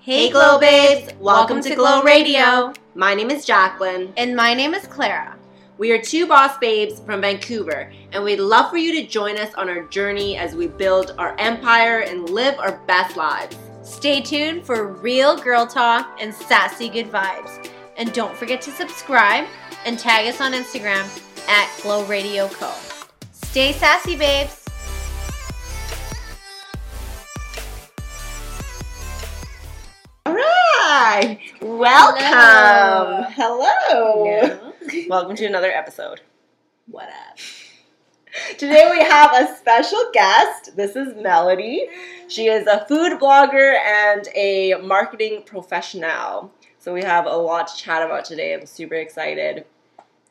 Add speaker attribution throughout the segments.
Speaker 1: Hey, Glow Babes! Welcome to Glow Radio.
Speaker 2: My name is Jacqueline.
Speaker 1: And my name is Clara.
Speaker 2: We are two boss babes from Vancouver, and we'd love for you to join us on our journey as we build our empire and live our best lives.
Speaker 1: Stay tuned for real girl talk and sassy good vibes. And don't forget to subscribe and tag us on Instagram at Glow Radio Co. Stay sassy, babes.
Speaker 2: All right. Welcome. Hello. Welcome to another episode.
Speaker 1: What up?
Speaker 2: Today we have a special guest. This is Melody. She is a food blogger and a marketing professional. So we have a lot to chat about today. I'm super excited.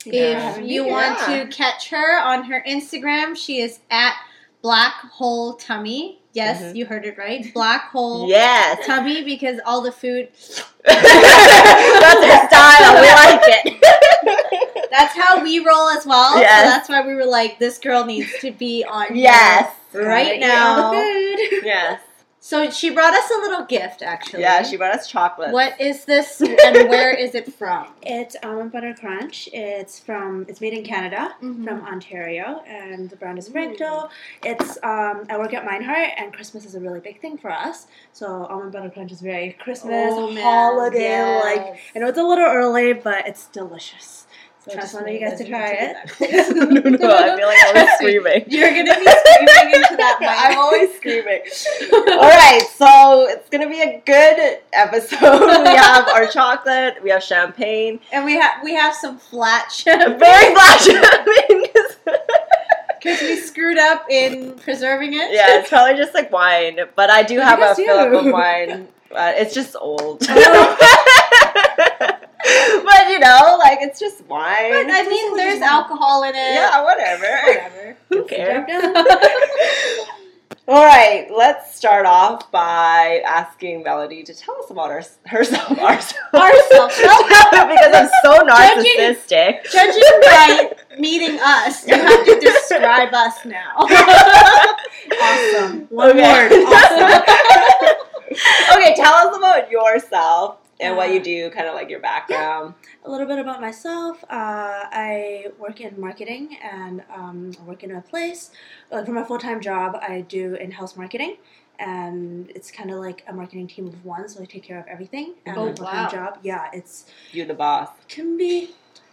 Speaker 2: Yeah.
Speaker 1: If you want
Speaker 2: Yeah.
Speaker 1: to catch her on her Instagram, she is at Black Hole Tummy. Yes,
Speaker 2: Mhm.
Speaker 1: you heard it right. Black Hole
Speaker 2: Yes.
Speaker 1: Tummy because all the food.
Speaker 2: That's her style. We like it.
Speaker 1: That's how we roll as well.
Speaker 2: Yes.
Speaker 1: So that's why we were like, this girl needs to be on. here
Speaker 2: yes.
Speaker 1: Right
Speaker 2: Gotta eat all the
Speaker 1: now.
Speaker 2: food. Yes.
Speaker 1: So she brought us a little gift, actually.
Speaker 2: Yeah, she brought us chocolate.
Speaker 1: What is this and where is it from?
Speaker 3: It's almond butter crunch. It's from. It's made in Canada,
Speaker 1: From
Speaker 3: from Ontario, and the brand is
Speaker 1: Mm.
Speaker 3: Recto. It's. Um, I work at Mineheart, and Christmas is a really big thing for us. So almond butter crunch is very Christmas
Speaker 1: Oh, man,
Speaker 3: holiday like.
Speaker 1: yes.
Speaker 3: I know it's a little early, but it's delicious. So I just
Speaker 1: Trust
Speaker 3: wanted
Speaker 1: me,
Speaker 3: you guys to
Speaker 1: doesn't
Speaker 3: try
Speaker 1: do
Speaker 3: it.
Speaker 1: that.
Speaker 2: no, no, I feel like I was screaming.
Speaker 1: You're gonna be screaming into that mic.
Speaker 2: I'm always screaming. All right, so it's gonna be a good episode. We have our chocolate, we have champagne,
Speaker 1: And we have we have some flat
Speaker 2: and
Speaker 1: champagne
Speaker 2: very black champagne. 'cause-
Speaker 1: because we screwed up in preserving it.
Speaker 2: yeah, it's probably just like wine, but I do have a
Speaker 3: guys
Speaker 2: fill up
Speaker 3: do.
Speaker 2: of wine. Uh, it's just old, but you know, like it's just wine.
Speaker 1: But I mean, there's alcohol in it.
Speaker 2: yeah, whatever.
Speaker 1: Whatever.
Speaker 2: Who cares?
Speaker 1: Dun-dun.
Speaker 2: All right, let's start off by asking Melody to tell us about our, herself. Ourselves.
Speaker 1: Ourselves.
Speaker 2: because I'm so
Speaker 1: Judging-
Speaker 2: narcissistic.
Speaker 1: Judging by meeting us, you have to describe us now.
Speaker 3: Awesome. One
Speaker 2: okay.
Speaker 3: word. Awesome.
Speaker 2: okay, tell us about yourself and what you do, kind of like your background.
Speaker 3: a little bit about myself. Uh, I work in marketing and um, I work in a place. uh, Like for my full time job, I do in house marketing. And it's kind of like a marketing team of one, so I take care of everything. And
Speaker 2: Oh,
Speaker 3: my full-time
Speaker 1: wow.
Speaker 3: job, yeah, it's
Speaker 2: You the boss.
Speaker 3: can be.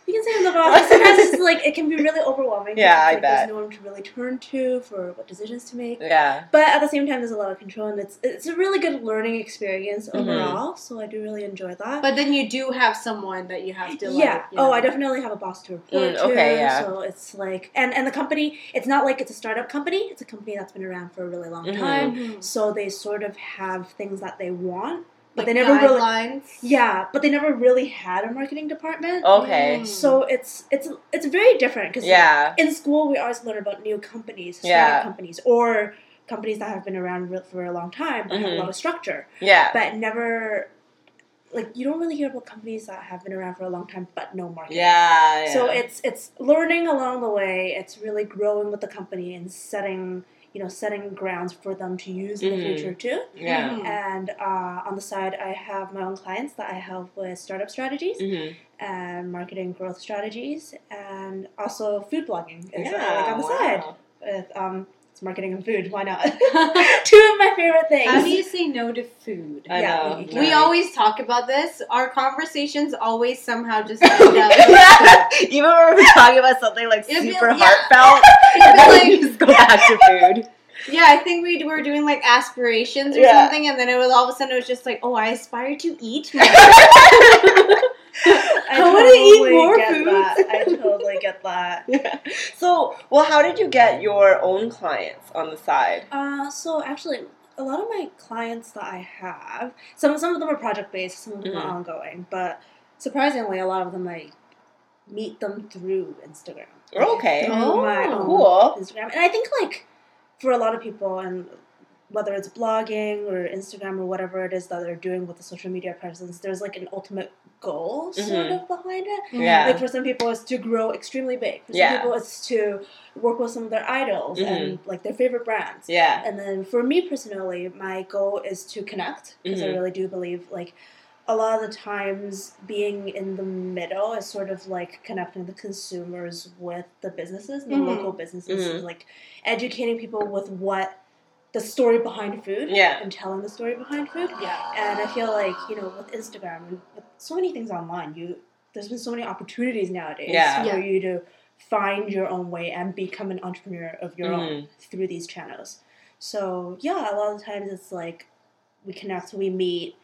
Speaker 3: You can say I'm the boss. Sometimes it's like it can be really overwhelming.
Speaker 2: Yeah,
Speaker 3: because,
Speaker 2: I
Speaker 3: like,
Speaker 2: bet.
Speaker 3: There's no one to really turn to for what decisions to make.
Speaker 2: Yeah.
Speaker 3: But at the same time, there's a lot of control, and it's it's a really good learning experience overall. So I do really enjoy that.
Speaker 1: But then you do have someone that you have to like.
Speaker 3: yeah.
Speaker 1: you
Speaker 3: Oh,
Speaker 1: know.
Speaker 3: I definitely have a boss to report
Speaker 2: Mm, okay,
Speaker 3: to.
Speaker 2: yeah.
Speaker 3: So it's like, and and the company, it's not like it's a startup company. It's a company that's been around for a really long
Speaker 2: Mhm.
Speaker 3: time.
Speaker 1: Mhm.
Speaker 3: So they sort of have things that they want, but
Speaker 1: Like
Speaker 3: they never really.
Speaker 1: guidelines.
Speaker 3: Yeah, but they never really had a marketing department.
Speaker 2: Okay.
Speaker 1: Mm.
Speaker 3: So it's it's it's very different because
Speaker 2: Yeah.
Speaker 3: in school we always learn about new companies, startup
Speaker 2: Yeah.
Speaker 3: companies, or companies that have been around re- for a long time but have
Speaker 2: Mm-hmm.
Speaker 3: a lot of structure
Speaker 2: Yeah.
Speaker 3: but never like you don't really hear about companies that have been around for a long time but no marketing.
Speaker 2: Yeah. yeah.
Speaker 3: So it's it's learning along the way. It's really growing with the company and setting you know setting grounds for them to use in
Speaker 2: Mhm.
Speaker 3: the future too.
Speaker 2: yeah.
Speaker 1: Mhm.
Speaker 3: And uh, on the side, I have my own clients that I help with startup strategies
Speaker 2: Mhm.
Speaker 3: and um, marketing growth strategies, and also food blogging is uh,
Speaker 2: Yeah,
Speaker 3: like on the
Speaker 2: wow.
Speaker 3: side with um, it's marketing and food. Why not? Two of my favorite things.
Speaker 1: How do you say no to food?
Speaker 2: I
Speaker 3: Yeah,
Speaker 2: know.
Speaker 3: we- we
Speaker 1: We
Speaker 2: Yeah.
Speaker 1: always talk about this. Our conversations always somehow just end up.
Speaker 2: Even when we're talking about something like
Speaker 1: It'd be
Speaker 2: super
Speaker 1: like- yeah.
Speaker 2: heartfelt,
Speaker 1: It'd
Speaker 2: and
Speaker 1: be
Speaker 2: then
Speaker 1: like-
Speaker 2: we just go back to food.
Speaker 1: yeah, I think we were doing like aspirations or
Speaker 2: Yeah.
Speaker 1: something, and then it was all of a sudden it was just like, oh, I aspire to eat. more."
Speaker 3: I
Speaker 1: I wanna
Speaker 3: totally
Speaker 1: eat more
Speaker 3: get
Speaker 1: food.
Speaker 3: That. I totally get that.
Speaker 2: Yeah. So, well, how did you get your own clients on the side?
Speaker 3: Uh, so actually, a lot of my clients that I have, some some of them are project based, some of them
Speaker 2: Mhm.
Speaker 3: are ongoing, but surprisingly, a lot of them I meet them through Instagram.
Speaker 2: Okay.
Speaker 3: Through my
Speaker 1: Oh,
Speaker 3: own
Speaker 2: Cool.
Speaker 3: Instagram, and I think like for a lot of people, and whether it's blogging or Instagram or whatever it is that they're doing with the social media presence, there's like an ultimate goal sort
Speaker 2: Mhm.
Speaker 3: of behind it.
Speaker 2: Yeah.
Speaker 3: Mm-hmm. Like for some people, it's to grow extremely big. For some
Speaker 2: Yeah. Mm-hmm.
Speaker 3: people, it's to work with some of their idols and like their favorite brands.
Speaker 2: Yeah.
Speaker 3: And then for me personally, my goal is to connect because I
Speaker 2: Mhm.
Speaker 3: really do believe like a lot of the times being in the middle is sort of like connecting the consumers with the businesses and the
Speaker 4: Mhm.
Speaker 3: local businesses,
Speaker 2: Mhm.
Speaker 3: like educating people with what the story behind food
Speaker 2: Yeah.
Speaker 3: and telling the story behind food.
Speaker 4: Yeah.
Speaker 3: And I feel like you know, with Instagram and with so many things online, you there's been so many opportunities nowadays
Speaker 2: Yeah.
Speaker 3: for you to find your own way and become an entrepreneur of your
Speaker 2: Mm-hmm.
Speaker 3: own through these channels. So yeah, a lot of times it's like we connect, we meet,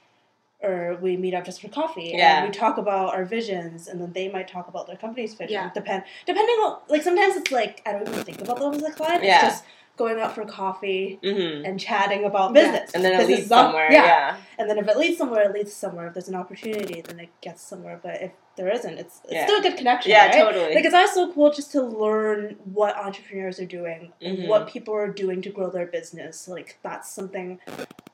Speaker 3: or we meet up just for coffee,
Speaker 2: Yeah.
Speaker 3: and we talk about our visions, and then they might talk about their company's vision.
Speaker 4: Yeah.
Speaker 3: Depend depending on like sometimes it's like I don't even think about them as a client.
Speaker 2: Yeah.
Speaker 3: It's just going out for coffee
Speaker 2: Mm-hmm.
Speaker 3: and chatting about
Speaker 4: Yeah.
Speaker 3: business,
Speaker 2: And then it
Speaker 3: Business
Speaker 2: leads
Speaker 3: about-
Speaker 2: somewhere. Yeah.
Speaker 3: and then if it leads somewhere, it leads somewhere. If there's an opportunity, then it gets somewhere. But if there isn't, it's, it's
Speaker 2: Yeah.
Speaker 3: still a good connection.
Speaker 2: Yeah,
Speaker 3: right?
Speaker 2: totally.
Speaker 3: Like it's also cool just to learn what entrepreneurs are doing,
Speaker 2: Mhm.
Speaker 3: what people are doing to grow their business. Like that's something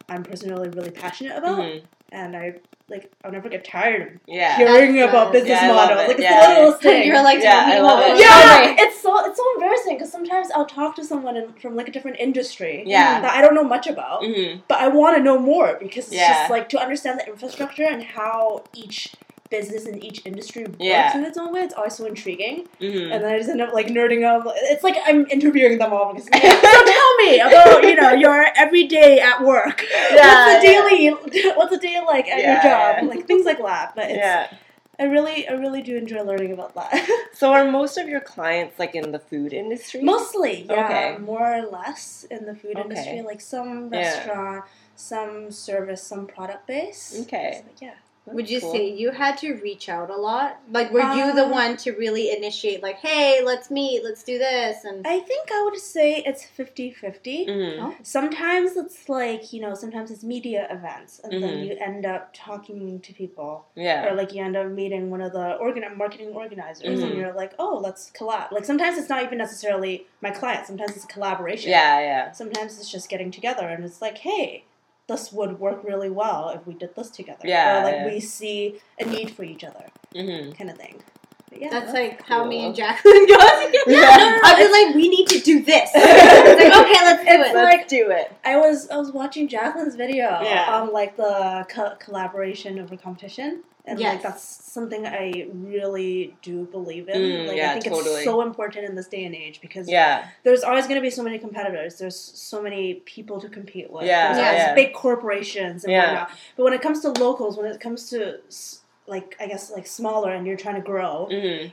Speaker 3: I'm personally really passionate about,
Speaker 2: Mhm.
Speaker 3: and I like I'll never get tired of
Speaker 2: Yeah.
Speaker 3: hearing
Speaker 4: That's
Speaker 3: about
Speaker 4: good.
Speaker 3: business
Speaker 2: Yeah, I love
Speaker 3: models.
Speaker 2: it.
Speaker 3: Like it's
Speaker 2: Yeah.
Speaker 3: the littlest thing.
Speaker 1: You're like
Speaker 2: Yeah,
Speaker 1: talking
Speaker 2: I
Speaker 1: about
Speaker 2: love it.
Speaker 1: what-
Speaker 3: yeah, it's so it's so embarrassing because sometimes I'll talk to someone in, from like a different industry
Speaker 2: Yeah.
Speaker 3: that I don't know much about,
Speaker 2: Mhm.
Speaker 3: but I want to know more because it's
Speaker 2: Yeah.
Speaker 3: just like to understand the infrastructure and how each business and each industry works
Speaker 2: Yeah.
Speaker 3: in its own way. It's always so intriguing,
Speaker 2: Mhm.
Speaker 3: and then I just end up like nerding out. It's like I'm interviewing them all because like, so tell me about you know your everyday at work. what's the
Speaker 2: yeah.
Speaker 3: daily? What's the day like at
Speaker 2: Yeah,
Speaker 3: your
Speaker 2: yeah.
Speaker 3: job? Like things like that. But it's,
Speaker 2: Yeah.
Speaker 3: I really, I really do enjoy learning about that.
Speaker 2: So are most of your clients like in the food industry?
Speaker 3: Mostly, yeah,
Speaker 2: Okay.
Speaker 3: more or less in the food
Speaker 2: Okay.
Speaker 3: industry, like some
Speaker 2: Yeah.
Speaker 3: restaurant, some service, some product base.
Speaker 2: Okay.
Speaker 3: So, yeah.
Speaker 2: That's
Speaker 1: Would you
Speaker 2: cool.
Speaker 1: say you had to reach out a lot? Like, were you the
Speaker 3: Um,
Speaker 1: one to really initiate, like, hey, let's meet, let's do this? And
Speaker 3: I think I would say it's 50 50.
Speaker 2: Mhm.
Speaker 3: Sometimes it's like, you know, sometimes it's media events, and then
Speaker 2: Mhm.
Speaker 3: you end up talking to people, or
Speaker 2: Yeah.
Speaker 3: like you end up meeting one of the organ- marketing organizers,
Speaker 2: Mhm.
Speaker 3: and you're like, oh, let's collab. Like sometimes it's not even necessarily my client, sometimes it's a collaboration.
Speaker 2: Yeah, yeah.
Speaker 3: Sometimes it's just getting together, and it's like, hey, this would work really well if we did this together.
Speaker 2: Yeah,
Speaker 3: Or like
Speaker 2: yeah.
Speaker 3: we see a need for each other,
Speaker 2: Mhm.
Speaker 3: kind of thing. But yeah.
Speaker 1: that's like how
Speaker 2: Oh,
Speaker 1: me
Speaker 2: cool.
Speaker 1: and Jacqueline go.
Speaker 2: Yeah.
Speaker 1: I've been like, we need to do this. It's like, okay, let's do
Speaker 3: It's
Speaker 1: it.
Speaker 3: like-
Speaker 2: Let's do it.
Speaker 3: I was I was watching Jacqueline's video
Speaker 2: Yeah.
Speaker 3: on like the co- collaboration over competition, and
Speaker 1: Yes.
Speaker 3: like that's something I really do believe in.
Speaker 2: Mm,
Speaker 3: like
Speaker 2: yeah,
Speaker 3: I think
Speaker 2: totally.
Speaker 3: it's so important in this day and age because
Speaker 2: Yeah.
Speaker 3: there's always going to be so many competitors. There's so many people to compete with.
Speaker 2: Yeah,
Speaker 3: there's always
Speaker 1: yeah.
Speaker 3: big corporations and
Speaker 2: Yeah.
Speaker 3: whatnot. But when it comes to locals, when it comes to s- like I guess like smaller and you're trying to grow,
Speaker 2: Mhm.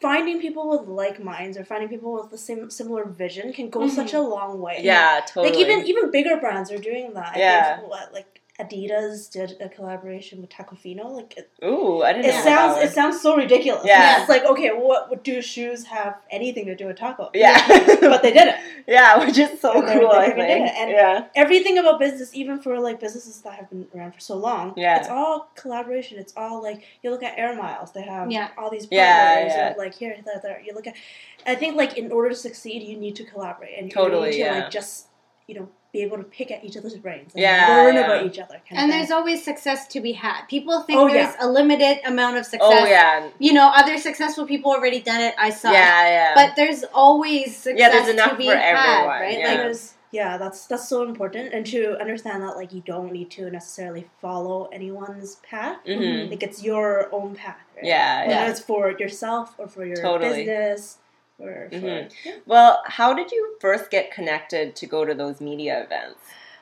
Speaker 3: finding people with like minds or finding people with the same similar vision can go
Speaker 4: Mhm.
Speaker 3: such a long way.
Speaker 2: Mm-hmm. Yeah, totally.
Speaker 3: Like even even bigger brands are doing that. I
Speaker 2: Yeah.
Speaker 3: think what like Adidas did a collaboration with Tacofino. Like it,
Speaker 2: Ooh, I didn't
Speaker 3: it
Speaker 2: know.
Speaker 3: sounds it
Speaker 2: about
Speaker 3: sounds so ridiculous.
Speaker 2: Yeah.
Speaker 3: It's like okay, what what do shoes have anything to do with taco?
Speaker 2: Yeah.
Speaker 3: but they didn't.
Speaker 2: Yeah, which is so
Speaker 3: And they're-
Speaker 2: cool,
Speaker 3: they're
Speaker 2: I
Speaker 3: gonna do
Speaker 2: think.
Speaker 3: it, and-
Speaker 2: yeah.
Speaker 3: Everything about business, even for like businesses that have been around for so long,
Speaker 2: Yeah.
Speaker 3: it's all collaboration. It's all like you look at Air Miles, they have
Speaker 1: Yeah.
Speaker 3: all these partners
Speaker 2: Yeah, yeah.
Speaker 3: and like here, there, there. You look at, I think like in order to succeed, you need to collaborate and
Speaker 2: Totally,
Speaker 3: you need to
Speaker 2: yeah.
Speaker 3: like just you know be able to pick at each other's brains and
Speaker 2: Yeah,
Speaker 3: learn
Speaker 2: yeah.
Speaker 3: about each other. Kind of
Speaker 1: And
Speaker 3: thing.
Speaker 1: there's always success to be had. People think
Speaker 3: Oh,
Speaker 1: there's a limited amount of success.
Speaker 2: Oh yeah.
Speaker 1: You know, other successful people already done it. I saw.
Speaker 2: Yeah, yeah.
Speaker 1: But there's always success
Speaker 2: Yeah, there's enough
Speaker 1: to be
Speaker 2: for
Speaker 1: had,
Speaker 2: everyone,
Speaker 1: right?
Speaker 2: yeah.
Speaker 1: Like,
Speaker 3: Because- yeah, that's that's so important, and to understand that like you don't need to necessarily follow anyone's path.
Speaker 2: Mhm.
Speaker 3: Like it's your own path. Right?
Speaker 2: Yeah,
Speaker 3: whether
Speaker 2: yeah.
Speaker 3: it's for yourself or for your
Speaker 2: Totally.
Speaker 3: business or for,
Speaker 2: Mhm.
Speaker 3: yeah.
Speaker 2: Well, how did you first get connected to go to those media events?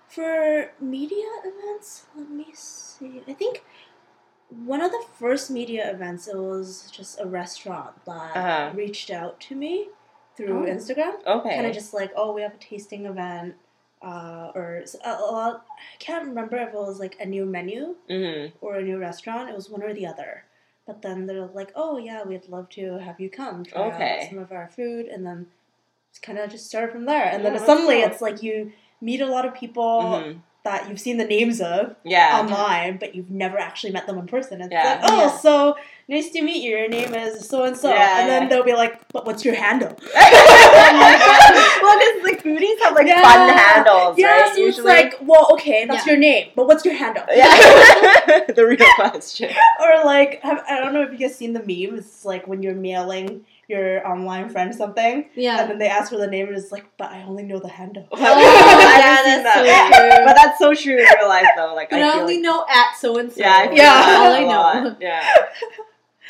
Speaker 3: for media events. Let me see. I think one of the first media events it was just a restaurant that
Speaker 2: Uh-huh.
Speaker 3: reached out to me through
Speaker 4: Oh.
Speaker 3: Instagram.
Speaker 2: Okay.
Speaker 3: kind of just like oh we have a tasting event uh, or s- a, a lot i can't remember if it was like a new menu
Speaker 2: hmm
Speaker 3: or a new restaurant it was one or the other but then they're like oh yeah we'd love to have you come try
Speaker 2: Okay.
Speaker 3: out some of our food and then it's kind of just started from there and
Speaker 2: Yeah,
Speaker 3: then
Speaker 2: that's
Speaker 3: suddenly
Speaker 2: cool.
Speaker 3: it's like you meet a lot of people
Speaker 2: Mhm.
Speaker 3: that you've seen the names of
Speaker 2: Yeah.
Speaker 3: online, but you've never actually met them in person. It's
Speaker 2: Yeah.
Speaker 3: like, oh,
Speaker 1: Yeah.
Speaker 3: so nice to meet you. Your name is so and so,
Speaker 2: Yeah,
Speaker 3: and then
Speaker 2: yeah.
Speaker 3: they'll be like, but what's your handle?
Speaker 2: well, because like foodies have like fun
Speaker 3: Yeah.
Speaker 2: handles,
Speaker 3: yeah,
Speaker 2: right?
Speaker 3: so it's like, well, okay, that's
Speaker 1: Yeah.
Speaker 3: your name, but what's your handle?
Speaker 2: yeah, the real question.
Speaker 3: or like, have, I don't know if you guys seen the meme. It's like when you're mailing your online friend something, and
Speaker 1: Yeah.
Speaker 3: then they ask for the name, and it's like, but I only know the handle.
Speaker 2: Oh,
Speaker 1: yeah, that's so true.
Speaker 2: But that's so true in real life, though. Like,
Speaker 1: But
Speaker 2: I
Speaker 1: I
Speaker 2: feel
Speaker 1: only
Speaker 2: like,
Speaker 1: know at so and so.
Speaker 2: yeah, I feel
Speaker 3: Yeah.
Speaker 2: like
Speaker 1: all
Speaker 2: that
Speaker 1: I
Speaker 2: a
Speaker 1: know.
Speaker 2: lot. Yeah,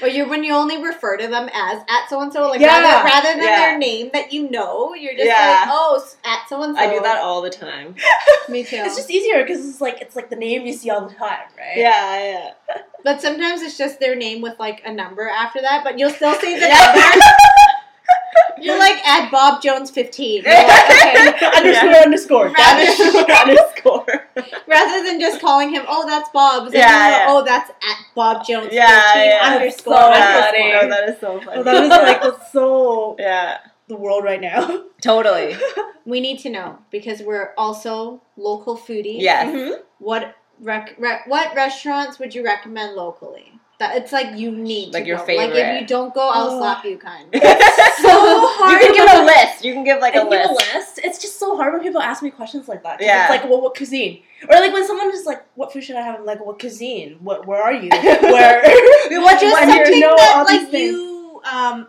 Speaker 1: Or you when you only refer to them as at so and so, like
Speaker 3: Yeah.
Speaker 1: rather, rather than
Speaker 2: Yeah.
Speaker 1: their name that you know, you're just
Speaker 2: Yeah.
Speaker 1: like, oh, s- at so and so.
Speaker 2: I do that all the time.
Speaker 1: Me too.
Speaker 3: It's just easier because it's like it's like the name you see all the time, right?
Speaker 2: Yeah,
Speaker 1: but sometimes it's just their name with like a number after that, but you'll still say the
Speaker 2: Yeah.
Speaker 1: number. You're like at Bob Jones fifteen. You're like, okay.
Speaker 3: underscore underscore
Speaker 1: Rather-
Speaker 3: dash
Speaker 2: underscore.
Speaker 1: Rather than just calling him, oh, that's Bob. Then
Speaker 2: Yeah,
Speaker 1: you
Speaker 2: yeah.
Speaker 1: know, Oh, that's at Bob Jones
Speaker 2: Yeah,
Speaker 1: 15
Speaker 2: yeah.
Speaker 1: underscore.
Speaker 3: So
Speaker 2: Oh,
Speaker 1: underscore.
Speaker 3: funny.
Speaker 2: No, that is so funny.
Speaker 3: Well, that is like that's so
Speaker 2: yeah,
Speaker 3: the world right now.
Speaker 2: totally.
Speaker 1: We need to know because we're also local foodies.
Speaker 2: Yes.
Speaker 3: Mm-hmm.
Speaker 1: What rec- re- what restaurants would you recommend locally? That it's like you need
Speaker 2: Like
Speaker 1: to
Speaker 2: your
Speaker 1: know. Like if
Speaker 2: favorite.
Speaker 1: you don't go, I'll
Speaker 3: Oh.
Speaker 1: slap you, kind.
Speaker 2: Mm-hmm.
Speaker 3: so hard.
Speaker 2: You can give a list. You can give like
Speaker 3: I
Speaker 2: a
Speaker 3: give a
Speaker 2: list.
Speaker 3: list. It's just so hard when people ask me questions like that. 'cause
Speaker 2: Yeah.
Speaker 3: It's like, well, what cuisine? Or like when someone is like, what food should I have? I'm like, what cuisine? What? Where are you?
Speaker 2: What
Speaker 3: Where?
Speaker 1: just
Speaker 3: When
Speaker 2: When
Speaker 3: you
Speaker 1: something
Speaker 3: know all
Speaker 1: that
Speaker 3: these
Speaker 1: like
Speaker 3: things.
Speaker 1: you um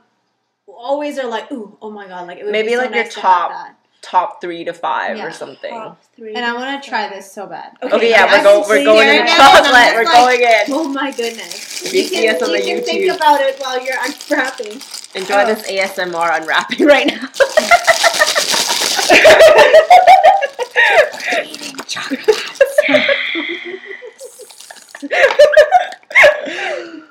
Speaker 1: always are like ooh oh my god like it would
Speaker 2: Maybe,
Speaker 1: be so
Speaker 2: like, your
Speaker 1: nice to have
Speaker 2: top
Speaker 1: that.
Speaker 2: Top three to five
Speaker 1: Yeah.
Speaker 2: or something.
Speaker 3: Top three.
Speaker 1: and I want to try this so bad.
Speaker 3: Okay,
Speaker 2: Okay, yeah,
Speaker 1: I've
Speaker 2: we're, go-
Speaker 1: been
Speaker 2: we're
Speaker 1: sitting
Speaker 2: going
Speaker 1: there
Speaker 2: in the
Speaker 1: now, and I'm
Speaker 2: chocolate.
Speaker 1: just
Speaker 2: We're
Speaker 1: like,
Speaker 2: going in.
Speaker 1: Oh my goodness!
Speaker 2: If you see us on the
Speaker 1: you can
Speaker 2: YouTube,
Speaker 1: think about it while you're unwrapping.
Speaker 2: enjoy this ASMR unwrapping right now. Eating chocolate.
Speaker 1: Food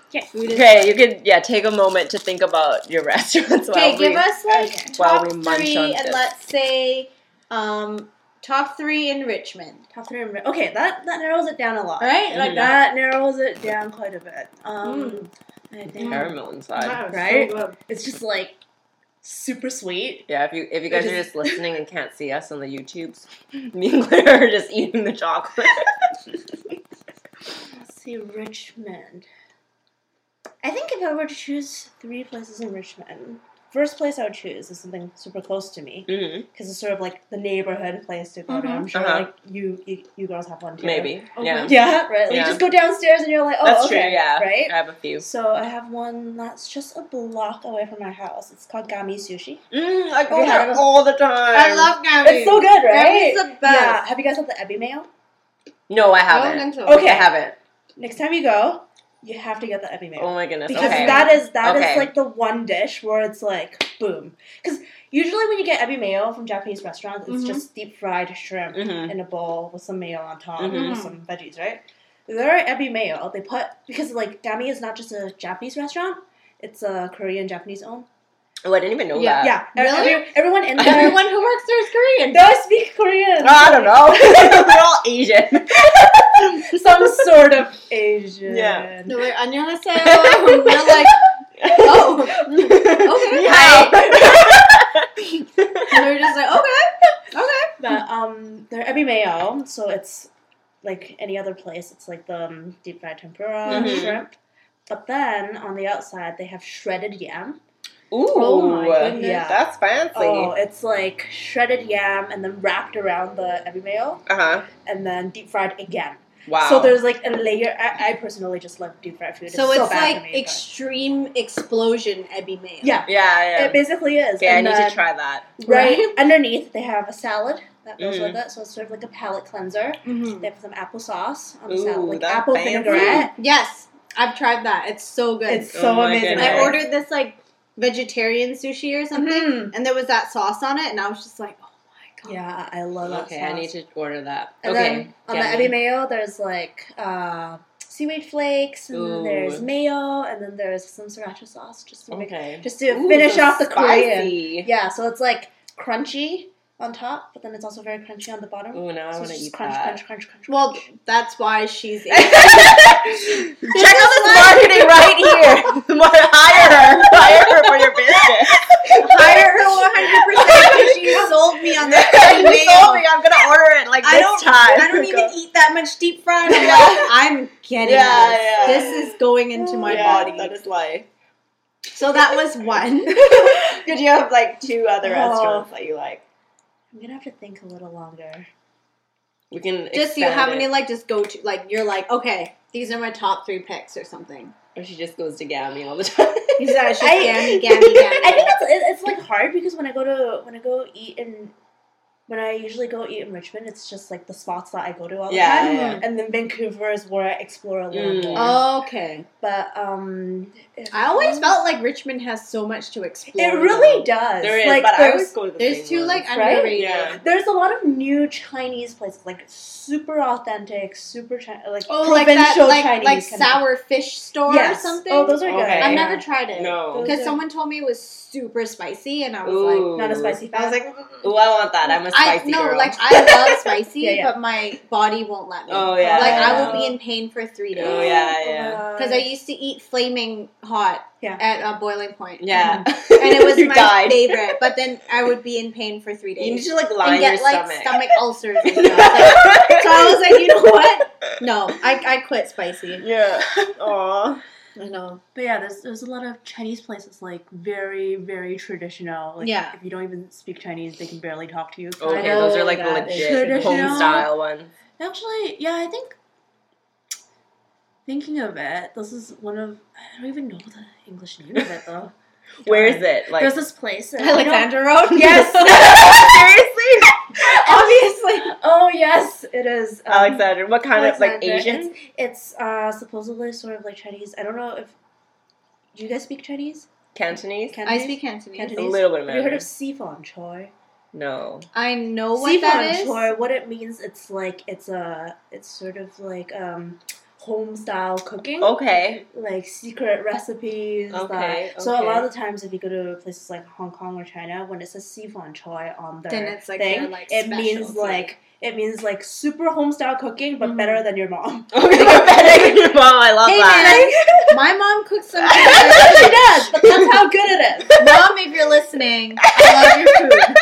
Speaker 1: is-
Speaker 2: Okay, you can yeah take a moment to think about your restaurants. While
Speaker 1: Okay, give
Speaker 2: we-
Speaker 1: us like
Speaker 3: Okay.
Speaker 2: While
Speaker 1: top
Speaker 2: we munch
Speaker 1: three,
Speaker 2: on
Speaker 1: and
Speaker 2: this.
Speaker 1: let's say um, top three in Richmond.
Speaker 3: Top three. remember- Okay, that that narrows it down a lot.
Speaker 1: All right,
Speaker 2: Mm.
Speaker 1: like
Speaker 3: That
Speaker 1: that.
Speaker 3: narrows it down quite a bit. Um, I think
Speaker 2: caramel inside.
Speaker 3: Right?
Speaker 1: So good.
Speaker 3: it's just like super sweet.
Speaker 2: Yeah, if you if you guys are
Speaker 3: is-
Speaker 2: just listening and can't see us on the YouTubes, me and Claire are just eating the chocolate.
Speaker 3: Let's see, Richmond. I think if I were to choose three places in Richmond, first place I would choose is something super close to me
Speaker 2: Mm-hmm.
Speaker 3: because it's sort of like the neighborhood place to go to.
Speaker 1: Mhm.
Speaker 3: I'm sure
Speaker 2: Uh-huh.
Speaker 3: like you, you you girls have one too.
Speaker 2: Maybe.
Speaker 1: Okay.
Speaker 2: Yeah.
Speaker 3: Yeah, right. Like,
Speaker 2: Yeah.
Speaker 3: You just go downstairs and you're like, oh,
Speaker 2: That's
Speaker 3: okay,
Speaker 2: true, yeah.
Speaker 3: right. Mm,
Speaker 2: I have a few.
Speaker 3: So I have one that's just a block away from my house. It's called Gami Sushi.
Speaker 2: Mm, I
Speaker 3: go there
Speaker 2: all the time.
Speaker 1: I love Gabby.
Speaker 3: It's so good, right?
Speaker 1: Gabby's the
Speaker 3: Yeah.
Speaker 1: best.
Speaker 3: Have you guys had the ebi mayo?
Speaker 2: No, I
Speaker 1: I don't
Speaker 2: haven't.
Speaker 1: think so.
Speaker 3: Okay.
Speaker 2: I haven't.
Speaker 3: Next time you go, you have to get the ebi mayo.
Speaker 2: Oh my goodness.
Speaker 3: Because
Speaker 2: okay.
Speaker 3: that is that is
Speaker 2: Okay.
Speaker 3: like the one dish where it's like boom. Because usually when you get ebi mayo from Japanese restaurants, it's
Speaker 1: Mhm.
Speaker 3: just deep fried shrimp
Speaker 2: Mhm.
Speaker 3: in a bowl with some mayo on top
Speaker 2: Mhm.
Speaker 3: and some veggies, right? Their ebi mayo, they put because like Gami is not just a Japanese restaurant; it's a Korean Japanese owned.
Speaker 2: Oh, I didn't even know
Speaker 1: Yeah.
Speaker 2: that.
Speaker 3: yeah, e-
Speaker 1: Really?
Speaker 3: every- everyone in there.
Speaker 1: Everyone who works there is Korean.
Speaker 3: they all speak Korean.
Speaker 2: Oh, I don't know. We're all Asian.
Speaker 3: Some sort of Asian.
Speaker 2: Yeah.
Speaker 1: They're like, "안녕하세요." And we're like, oh. Okay. And we're just like, okay, okay.
Speaker 3: But um, their ebi mayo, so it's like any other place. It's like the um, deep fried tempura
Speaker 2: Mhm.
Speaker 3: shrimp. But then on the outside, they have shredded yam.
Speaker 2: Ooh.
Speaker 1: Oh my goodness.
Speaker 3: Yeah.
Speaker 2: That's fancy.
Speaker 3: Oh, it's like shredded yam and then wrapped around the ebi mayo
Speaker 2: Uh huh.
Speaker 3: and then deep fried again.
Speaker 2: Wow.
Speaker 3: So there's like a layer. I, I personally just love deep fried food. It's
Speaker 1: So it's
Speaker 3: bad
Speaker 1: like
Speaker 3: for me, but-
Speaker 1: extreme explosion ebi mayo.
Speaker 3: Yeah.
Speaker 2: Yeah,
Speaker 3: It
Speaker 2: yeah.
Speaker 3: basically is.
Speaker 2: Okay, I
Speaker 3: And
Speaker 2: need
Speaker 3: then
Speaker 2: to try that.
Speaker 3: Right
Speaker 1: Right.
Speaker 3: underneath, they have a salad that goes
Speaker 2: Mhm.
Speaker 3: with it. So it's sort of like a palate cleanser. They have some applesauce on the
Speaker 2: Ooh,
Speaker 3: salad, like
Speaker 2: that
Speaker 3: apple
Speaker 2: fancy.
Speaker 3: vinaigrette.
Speaker 1: Mm-hmm. Yes, I've tried that. It's so good.
Speaker 3: It's
Speaker 2: Oh
Speaker 3: so
Speaker 2: my
Speaker 3: amazing.
Speaker 2: goodness.
Speaker 1: I ordered this like vegetarian sushi or something,
Speaker 2: Mm-hmm.
Speaker 3: Mhm.
Speaker 1: and there was that sauce on it, and I was just like, oh my god.
Speaker 3: Yeah, I love that
Speaker 2: Okay,
Speaker 3: sauce.
Speaker 2: I need to order that.
Speaker 3: Oh, And
Speaker 2: okay.
Speaker 3: then on
Speaker 2: yeah.
Speaker 3: the ebi mayo, there's like uh, seaweed flakes, and then there's
Speaker 2: Ooh.
Speaker 3: mayo, and then there's some sriracha sauce just to make,
Speaker 2: Okay.
Speaker 3: just to
Speaker 2: Ooh,
Speaker 3: finish
Speaker 2: so
Speaker 3: off the Korean.
Speaker 2: spicy.
Speaker 3: Yeah, so it's like crunchy on top, but then it's also very crunchy on the bottom.
Speaker 2: Ooh, now I
Speaker 3: so
Speaker 2: want
Speaker 3: it's
Speaker 2: to
Speaker 3: just
Speaker 2: eat
Speaker 3: crunch,
Speaker 2: that.
Speaker 3: crunch, crunch, crunch,
Speaker 1: Well,
Speaker 3: crunch.
Speaker 1: that's why she's.
Speaker 2: Check out this marketing right here. Mar- Hire her. Hire her for your business.
Speaker 1: Hire her 100% because she sold me on that
Speaker 2: you
Speaker 1: fucking
Speaker 2: told me
Speaker 1: meal.
Speaker 2: I'm gonna order it like
Speaker 1: I
Speaker 2: this
Speaker 1: don't-
Speaker 2: time.
Speaker 1: I don't even eat that much deep fried. I'm,
Speaker 2: Yeah.
Speaker 1: like, I'm getting
Speaker 2: Yeah,
Speaker 1: this.
Speaker 2: yeah.
Speaker 1: This is going into my
Speaker 2: Yeah,
Speaker 1: body.
Speaker 2: That is life.
Speaker 1: so that was one.
Speaker 2: Did you have like two other
Speaker 3: Oh.
Speaker 2: restaurants that you like?
Speaker 3: I'm gonna have to think a little longer.
Speaker 2: We can
Speaker 1: just you how
Speaker 2: expand
Speaker 1: many
Speaker 2: it.
Speaker 1: like just go to like you're like okay these are my top three picks or something.
Speaker 2: Or she just goes to Gammy all the time.
Speaker 1: Yeah, it's just
Speaker 3: I-
Speaker 1: gammy, gammy, gammy.
Speaker 3: I think it's, it- it's like hard because when I go to when I go eat in when I usually go eat in Richmond, it's just like the spots that I go to all the
Speaker 2: Yeah,
Speaker 3: time.
Speaker 1: yeah.
Speaker 3: And then Vancouver is where I explore a little
Speaker 2: Mm.
Speaker 3: more.
Speaker 1: Okay.
Speaker 3: but um, if-
Speaker 1: I always felt like Richmond has so much to explore.
Speaker 3: it really does.
Speaker 2: there is,
Speaker 3: like
Speaker 2: but I
Speaker 3: there's,
Speaker 2: always go to the
Speaker 1: There's
Speaker 2: same
Speaker 1: two
Speaker 2: ones.
Speaker 1: like
Speaker 3: Right?
Speaker 1: underrated.
Speaker 2: Yeah.
Speaker 3: there's a lot of new Chinese places, like super authentic, super Chi- like
Speaker 1: Oh, like that,
Speaker 3: provincial
Speaker 1: like,
Speaker 3: Chinese
Speaker 1: like
Speaker 3: kind of-
Speaker 1: sour fish store
Speaker 3: Yes.
Speaker 1: or something.
Speaker 3: Oh, those are good.
Speaker 2: Okay.
Speaker 1: I've
Speaker 2: yeah.
Speaker 1: never tried it.
Speaker 2: No.
Speaker 3: Those
Speaker 1: Because
Speaker 3: are-
Speaker 1: someone told me it was super spicy, and I was like,
Speaker 2: Ooh.
Speaker 3: not a spicy.
Speaker 1: I was
Speaker 3: fan.
Speaker 1: like, mm-mm.
Speaker 2: Ooh, I want that. I'm a
Speaker 1: I
Speaker 2: spicy
Speaker 1: no,
Speaker 2: girl.
Speaker 1: like I love spicy,
Speaker 3: Yeah, yeah.
Speaker 1: but my body won't let me.
Speaker 2: oh yeah.
Speaker 1: Like
Speaker 2: yeah.
Speaker 1: I will be in pain for three
Speaker 2: Oh,
Speaker 1: days
Speaker 2: yeah,
Speaker 3: my
Speaker 2: yeah.
Speaker 3: God.
Speaker 1: because I used to eat flaming hot
Speaker 3: Yeah.
Speaker 1: at a boiling point.
Speaker 2: Yeah.
Speaker 1: Oh and it was
Speaker 2: you
Speaker 1: my
Speaker 2: died.
Speaker 1: favorite. But then I would be in pain for three days
Speaker 2: You need to like line
Speaker 1: and get
Speaker 2: your
Speaker 1: like stomach,
Speaker 2: stomach.
Speaker 1: ulcers. And stuff. so I was like, you know what? No, I, I quit spicy.
Speaker 2: yeah. Aw.
Speaker 1: I know.
Speaker 3: But yeah, there's there's a lot of Chinese places like very very traditional. Like,
Speaker 1: Yeah.
Speaker 3: If you don't even speak Chinese, they can barely talk to you.
Speaker 2: Okay,
Speaker 1: I
Speaker 3: kind of.
Speaker 1: know
Speaker 2: those are like the
Speaker 1: that
Speaker 2: legit
Speaker 3: is-
Speaker 2: home style ones.
Speaker 3: Actually, yeah, I think. Thinking of it, this is one of I don't even know the English name of it though.
Speaker 2: Where is it? Like
Speaker 3: there's this place. that-
Speaker 1: Alexander Road.
Speaker 2: Yes.
Speaker 1: obviously.
Speaker 3: Oh yes, it is. um,
Speaker 2: Alexander, what kind of like
Speaker 3: Alexander.
Speaker 2: Asian?
Speaker 3: It's, it's uh, supposedly sort of like Chinese. I don't know if. Do you guys speak Chinese?
Speaker 2: Cantonese?
Speaker 1: I speak Cantonese.
Speaker 2: a
Speaker 3: Cantonese.
Speaker 2: little bit of
Speaker 3: Have you heard of
Speaker 2: Mandarin.
Speaker 3: Sifon Choi?
Speaker 2: No.
Speaker 1: I know what
Speaker 3: Sifon
Speaker 1: that is.
Speaker 3: Choi, what it means, it's like it's a, it's sort of like um, home style cooking,
Speaker 1: Oh.
Speaker 2: Okay.
Speaker 3: like secret recipes. that-
Speaker 2: Okay,
Speaker 3: So a lot
Speaker 2: okay.
Speaker 3: of the times, if you go to places like Hong Kong or China, when it says Sifon Choi on their
Speaker 1: Then it's like
Speaker 3: thing,
Speaker 1: they're, like,
Speaker 3: it
Speaker 1: special
Speaker 3: means
Speaker 1: to
Speaker 3: like it means like super home style cooking, but
Speaker 1: Mhm.
Speaker 3: better than your mom.
Speaker 2: Okay. Mom, I love
Speaker 1: Hey
Speaker 2: that.
Speaker 1: man, my mom cooks something.
Speaker 3: she does, but that's how good it is.
Speaker 1: mom, if you're listening, I love your food.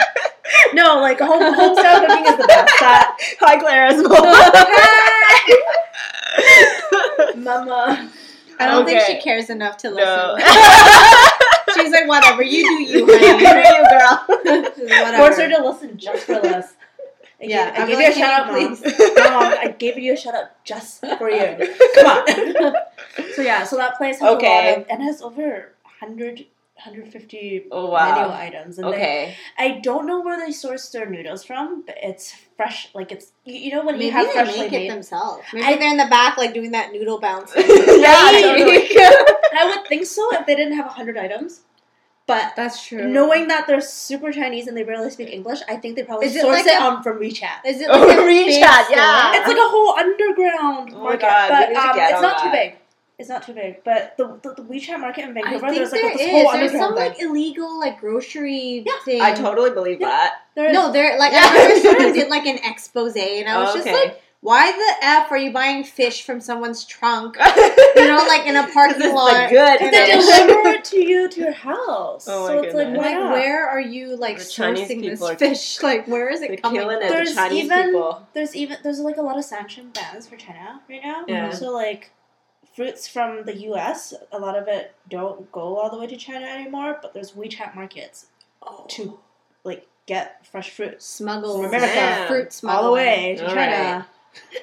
Speaker 3: No, like home home style cooking is the best. That
Speaker 2: Hi Clara's mom.
Speaker 3: mama.
Speaker 1: I don't
Speaker 2: Okay.
Speaker 1: think she cares enough to listen.
Speaker 2: no.
Speaker 1: She's like, whatever, you do you,
Speaker 2: you
Speaker 1: honey.
Speaker 2: girl.
Speaker 1: She's like, whatever.
Speaker 3: Force her to listen just for this. I
Speaker 1: Yeah,
Speaker 3: gave, I
Speaker 1: I'm
Speaker 3: gave
Speaker 1: like,
Speaker 3: you a shout out,
Speaker 1: "Hey,
Speaker 3: mom. Mom, I gave you a shout out just for you. Come on. so yeah, so that place has a
Speaker 2: Okay.
Speaker 3: lot of and has over 100, 150
Speaker 2: Oh wow.
Speaker 3: menu items. And they-
Speaker 2: Okay.
Speaker 3: I don't know where they source their noodles from, but it's fresh. Like it's you, you know when
Speaker 1: Maybe
Speaker 3: you have
Speaker 1: they
Speaker 3: freshly
Speaker 1: make it
Speaker 3: made.
Speaker 1: themselves. Maybe
Speaker 3: I-
Speaker 1: they're in the back, like doing that noodle bounce.
Speaker 2: yeah. totally.
Speaker 3: I would think so if they didn't have hundred items, but
Speaker 1: That's true.
Speaker 3: knowing that they're super Chinese and they barely speak English, I think they probably
Speaker 1: Is it
Speaker 3: source
Speaker 1: like
Speaker 3: it
Speaker 1: a-
Speaker 3: um, from WeChat.
Speaker 1: is it like a
Speaker 2: Oh,
Speaker 1: big
Speaker 2: WeChat,
Speaker 1: store?
Speaker 2: yeah.
Speaker 3: It's like a whole underground
Speaker 2: Oh my
Speaker 3: market,
Speaker 2: God, we need
Speaker 3: but
Speaker 2: to
Speaker 3: um,
Speaker 2: get
Speaker 3: it's
Speaker 2: on
Speaker 3: not too
Speaker 2: that.
Speaker 3: big. It's not too big, but the the, the WeChat market in
Speaker 1: I
Speaker 3: Vancouver,
Speaker 1: think
Speaker 3: there's like
Speaker 1: there
Speaker 3: this whole
Speaker 1: is. There's some
Speaker 3: underground
Speaker 1: like
Speaker 3: thing.
Speaker 1: illegal like grocery
Speaker 3: Yeah,
Speaker 1: thing.
Speaker 2: I totally believe that.
Speaker 3: There is-
Speaker 1: no, they're like
Speaker 2: Yeah.
Speaker 1: I remember someone did like an expose, and I was just
Speaker 2: Okay.
Speaker 1: like, why the f are you buying fish from someone's trunk? You know, like in a
Speaker 2: This is
Speaker 1: parking
Speaker 2: the
Speaker 1: lot.
Speaker 2: good.
Speaker 1: And
Speaker 3: they
Speaker 1: then
Speaker 2: fish.
Speaker 3: deliver it to you to your house.
Speaker 2: Oh my
Speaker 3: so it's like
Speaker 2: goodness.
Speaker 3: why
Speaker 1: Like,
Speaker 3: not?
Speaker 1: where are you like
Speaker 2: The Chinese
Speaker 1: sourcing this
Speaker 2: people are-
Speaker 1: fish? Like, where is
Speaker 2: They're
Speaker 1: it coming?
Speaker 2: killing
Speaker 1: from?
Speaker 2: it. The
Speaker 3: There's
Speaker 2: Chinese
Speaker 3: even-
Speaker 2: people.
Speaker 3: there's even there's like a lot of sanction bans for China right now.
Speaker 2: Yeah.
Speaker 3: So like fruits from the US, a lot of it don't go all the way to China anymore, but there's WeChat markets
Speaker 1: Oh.
Speaker 3: to like get fresh fruits
Speaker 1: smuggle
Speaker 3: From America.
Speaker 1: yeah. fruit
Speaker 3: all
Speaker 1: smuggle
Speaker 3: the way to
Speaker 2: All
Speaker 3: China.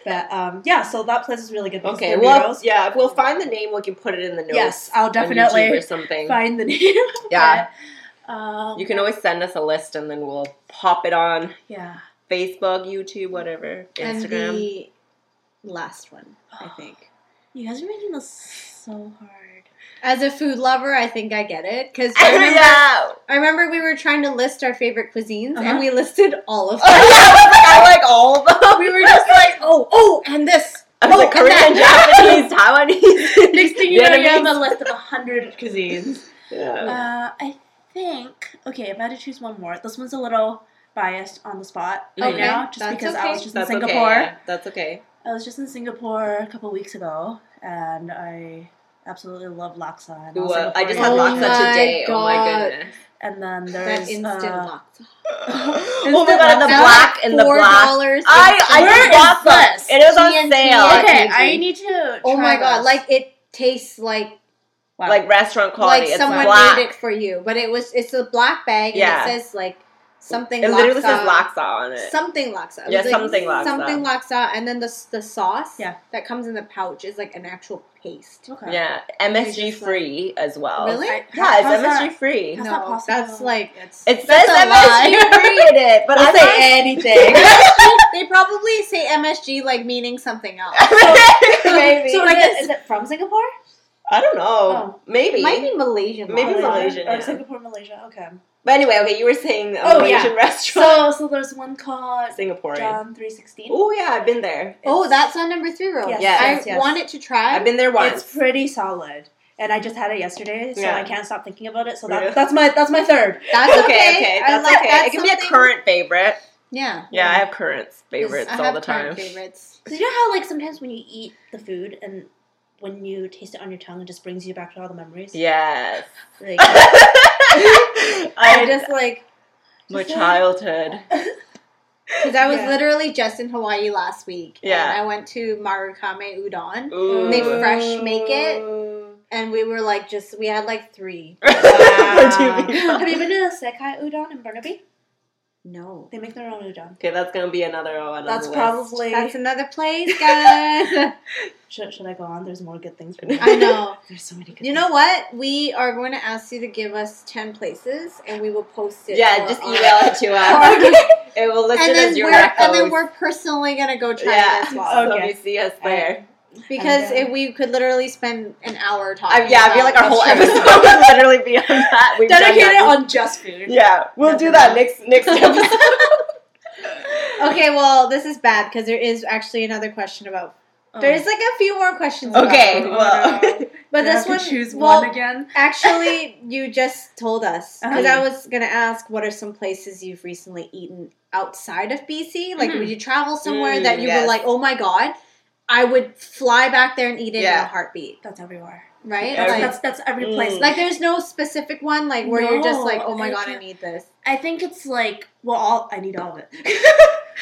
Speaker 3: But um yeah, so that place is really good. because
Speaker 2: Okay.
Speaker 3: their
Speaker 2: Well,
Speaker 3: noodles-
Speaker 2: yeah. If we'll find the name, we can put it in the notes.
Speaker 3: yes, I'll
Speaker 2: on YouTube or
Speaker 3: definitely
Speaker 2: something.
Speaker 3: find the name.
Speaker 2: Yeah.
Speaker 3: But, um,
Speaker 2: You can always send us a list, and then we'll pop it on
Speaker 3: yeah.
Speaker 2: Facebook, YouTube, whatever,
Speaker 1: And
Speaker 2: Instagram.
Speaker 1: the last one, I think.
Speaker 3: You guys are making this so hard.
Speaker 1: As a food lover, I think I get it because I, remember-
Speaker 2: yeah.
Speaker 1: I remember we were trying to list our favorite cuisines
Speaker 3: Uh-huh.
Speaker 1: and we listed all of
Speaker 2: Oh, yeah,
Speaker 1: them.
Speaker 2: I was like, I like all of them.
Speaker 1: we were just like, oh, oh, and this.
Speaker 2: I was
Speaker 1: Oh,
Speaker 2: like
Speaker 1: and
Speaker 2: Korean, Japanese, Taiwanese.
Speaker 3: Next thing you know, you have
Speaker 2: Vietnamese.
Speaker 3: a list of a hundred cuisines.
Speaker 2: Yeah.
Speaker 3: Uh, I think okay. If I had to choose one more, this one's a little biased on the spot right
Speaker 1: Okay,
Speaker 3: now, just
Speaker 1: that's
Speaker 3: because I
Speaker 1: okay.
Speaker 3: was just
Speaker 2: That's
Speaker 3: in
Speaker 2: okay.
Speaker 3: Singapore.
Speaker 2: yeah, That's okay.
Speaker 3: I was just in Singapore a couple weeks ago, and I absolutely love laksa. And
Speaker 2: Ooh,
Speaker 3: also
Speaker 2: uh, I just had
Speaker 3: Korean
Speaker 1: Oh
Speaker 2: laksa
Speaker 3: food.
Speaker 1: my
Speaker 2: today. Oh my
Speaker 1: God.
Speaker 2: goodness.
Speaker 3: And then there's
Speaker 1: That instant
Speaker 3: uh,
Speaker 1: locked.
Speaker 2: oh my god, the
Speaker 1: That
Speaker 2: black
Speaker 1: was
Speaker 2: and the
Speaker 1: four
Speaker 2: black.
Speaker 1: dollars.
Speaker 2: I I
Speaker 3: Where
Speaker 2: just
Speaker 3: is
Speaker 2: bought them.
Speaker 3: this?
Speaker 2: It is on
Speaker 1: TNT.
Speaker 2: sale.
Speaker 3: Okay,
Speaker 1: Kg.
Speaker 3: I need to.
Speaker 1: Oh my
Speaker 3: try
Speaker 1: god!
Speaker 3: this.
Speaker 1: Like it tastes like
Speaker 3: Wow.
Speaker 2: Like restaurant quality.
Speaker 1: like
Speaker 2: it's
Speaker 1: someone
Speaker 2: black.
Speaker 1: made it for you, but it was it's a black bag
Speaker 2: Yeah.
Speaker 1: and it says like something.
Speaker 2: It literally
Speaker 1: laksa,
Speaker 2: says laksa on it.
Speaker 1: Something laksa. It
Speaker 2: Yeah,
Speaker 1: was, like,
Speaker 2: something laksa.
Speaker 1: Something laksa, and then the s- the sauce
Speaker 3: Yeah.
Speaker 1: that comes in the pouch is like an actual paste.
Speaker 3: okay.
Speaker 2: Yeah,
Speaker 1: Maybe
Speaker 2: MSG
Speaker 1: just
Speaker 2: free as well.
Speaker 1: Really?
Speaker 3: I-
Speaker 2: Yeah,
Speaker 3: how's
Speaker 2: it's MSG
Speaker 3: that-
Speaker 2: free.
Speaker 3: how's
Speaker 1: No,
Speaker 3: that possible?
Speaker 1: that's like-
Speaker 3: It's-
Speaker 2: It says
Speaker 1: That's a
Speaker 2: MSG
Speaker 1: lie.
Speaker 2: free in it, but I
Speaker 1: Don't
Speaker 2: thought
Speaker 1: anything. they probably say MSG like meaning something else.
Speaker 2: maybe.
Speaker 3: So
Speaker 1: like
Speaker 3: is,
Speaker 1: a-
Speaker 3: it, is it from Singapore?
Speaker 2: I don't know.
Speaker 3: Oh.
Speaker 2: Maybe.
Speaker 1: It might be Malaysian.
Speaker 2: Maybe
Speaker 1: laksa.
Speaker 2: Malaysia. Malaysian,
Speaker 3: Or
Speaker 2: yeah.
Speaker 3: Singapore, Malaysia. Okay.
Speaker 2: But anyway, okay, you were saying a
Speaker 3: Oh,
Speaker 2: Malaysian restaurant.
Speaker 3: So, so there's one called
Speaker 2: Singaporean.
Speaker 3: John Three Sixteen.
Speaker 2: Oh yeah, I've been there.
Speaker 1: Oh, that's on number three roll.
Speaker 3: Yes,
Speaker 1: I
Speaker 3: yes, yes.
Speaker 1: wanted to try.
Speaker 2: I've been there
Speaker 3: It's
Speaker 2: once.
Speaker 3: pretty solid, and I just had it yesterday, so
Speaker 2: Yeah.
Speaker 3: I can't stop thinking about it. So
Speaker 2: Really?
Speaker 3: that, that's my that's my third.
Speaker 1: that's
Speaker 2: okay,
Speaker 1: okay.
Speaker 2: okay,
Speaker 1: I
Speaker 2: that's
Speaker 1: like-
Speaker 2: okay.
Speaker 1: that's
Speaker 2: it can be a
Speaker 1: something-
Speaker 2: current favorite.
Speaker 1: Yeah.
Speaker 2: Yeah,
Speaker 3: Yeah.
Speaker 2: I have current favorites
Speaker 1: I
Speaker 2: all
Speaker 1: have
Speaker 2: the time.
Speaker 1: current Favorites.
Speaker 3: 'Cause you know how like sometimes when you eat the food and when you taste it on your tongue, it just brings you back to all the memories.
Speaker 2: Yes.
Speaker 3: Like,
Speaker 2: I
Speaker 1: I'm just like
Speaker 2: my childhood.
Speaker 1: because I was
Speaker 3: Yeah.
Speaker 1: literally just in Hawaii last week. and
Speaker 2: Yeah.
Speaker 1: I went to Marukame Udon,
Speaker 2: Ooh.
Speaker 1: They fresh make it.
Speaker 2: Ooh.
Speaker 1: and we were like just we had like three.
Speaker 2: For two people.
Speaker 3: Have you been to Sekai Udon in Burnaby?
Speaker 1: No.
Speaker 3: They make their own udon.
Speaker 2: Okay, that's gonna be another one. on
Speaker 3: That's
Speaker 2: the
Speaker 3: probably.
Speaker 1: That's another place, guys.
Speaker 3: should, should I go on? There's more good things. For me.
Speaker 1: I know.
Speaker 3: There's so many good.
Speaker 1: You know what? We are going to ask you to give us ten places, and we will
Speaker 2: List.
Speaker 1: post it.
Speaker 2: Yeah,
Speaker 1: for
Speaker 2: just
Speaker 1: our-
Speaker 2: email it to us.
Speaker 1: our-
Speaker 2: It will list
Speaker 1: and
Speaker 2: it
Speaker 1: then
Speaker 2: as your
Speaker 1: we're and then
Speaker 2: records.
Speaker 1: we're personally gonna go try
Speaker 2: yeah,
Speaker 1: it as well
Speaker 2: so
Speaker 3: Okay.
Speaker 2: if you see us there.
Speaker 3: And,
Speaker 1: because
Speaker 3: uh,
Speaker 1: if we could literally spend an hour talking.
Speaker 2: I, yeah, I feel like our
Speaker 1: about
Speaker 2: whole
Speaker 1: this
Speaker 2: episode
Speaker 1: show.
Speaker 2: would literally be on that. We've done
Speaker 3: Dedicated
Speaker 2: that.
Speaker 3: on just food.
Speaker 2: Yeah, we'll do that next next episode.
Speaker 1: okay, well, this is bad because there is actually another question about.
Speaker 3: Oh.
Speaker 1: There's like a few more questions. about
Speaker 2: Oh. okay,
Speaker 1: food.
Speaker 2: well,
Speaker 1: but this one, well,
Speaker 3: again.
Speaker 1: actually, you just told us because
Speaker 3: Uh-huh.
Speaker 1: I was gonna ask what are some places you've recently eaten outside of BC? Like,
Speaker 3: Mhm.
Speaker 1: would you travel somewhere
Speaker 2: Mm-hmm. Mm,
Speaker 1: that you
Speaker 2: yes.
Speaker 1: were like, oh my god, I would fly back there and eat it in
Speaker 2: Yeah.
Speaker 1: a heartbeat,
Speaker 3: That's everywhere.
Speaker 1: right?
Speaker 2: Every-
Speaker 1: Like-
Speaker 3: that's that's every
Speaker 2: Mm.
Speaker 3: place.
Speaker 1: Like there's no specific one like where you're just
Speaker 3: No,
Speaker 1: like, oh my
Speaker 3: I
Speaker 1: god, I
Speaker 3: can't-
Speaker 1: need this.
Speaker 3: I think it's like well, all I need all of it.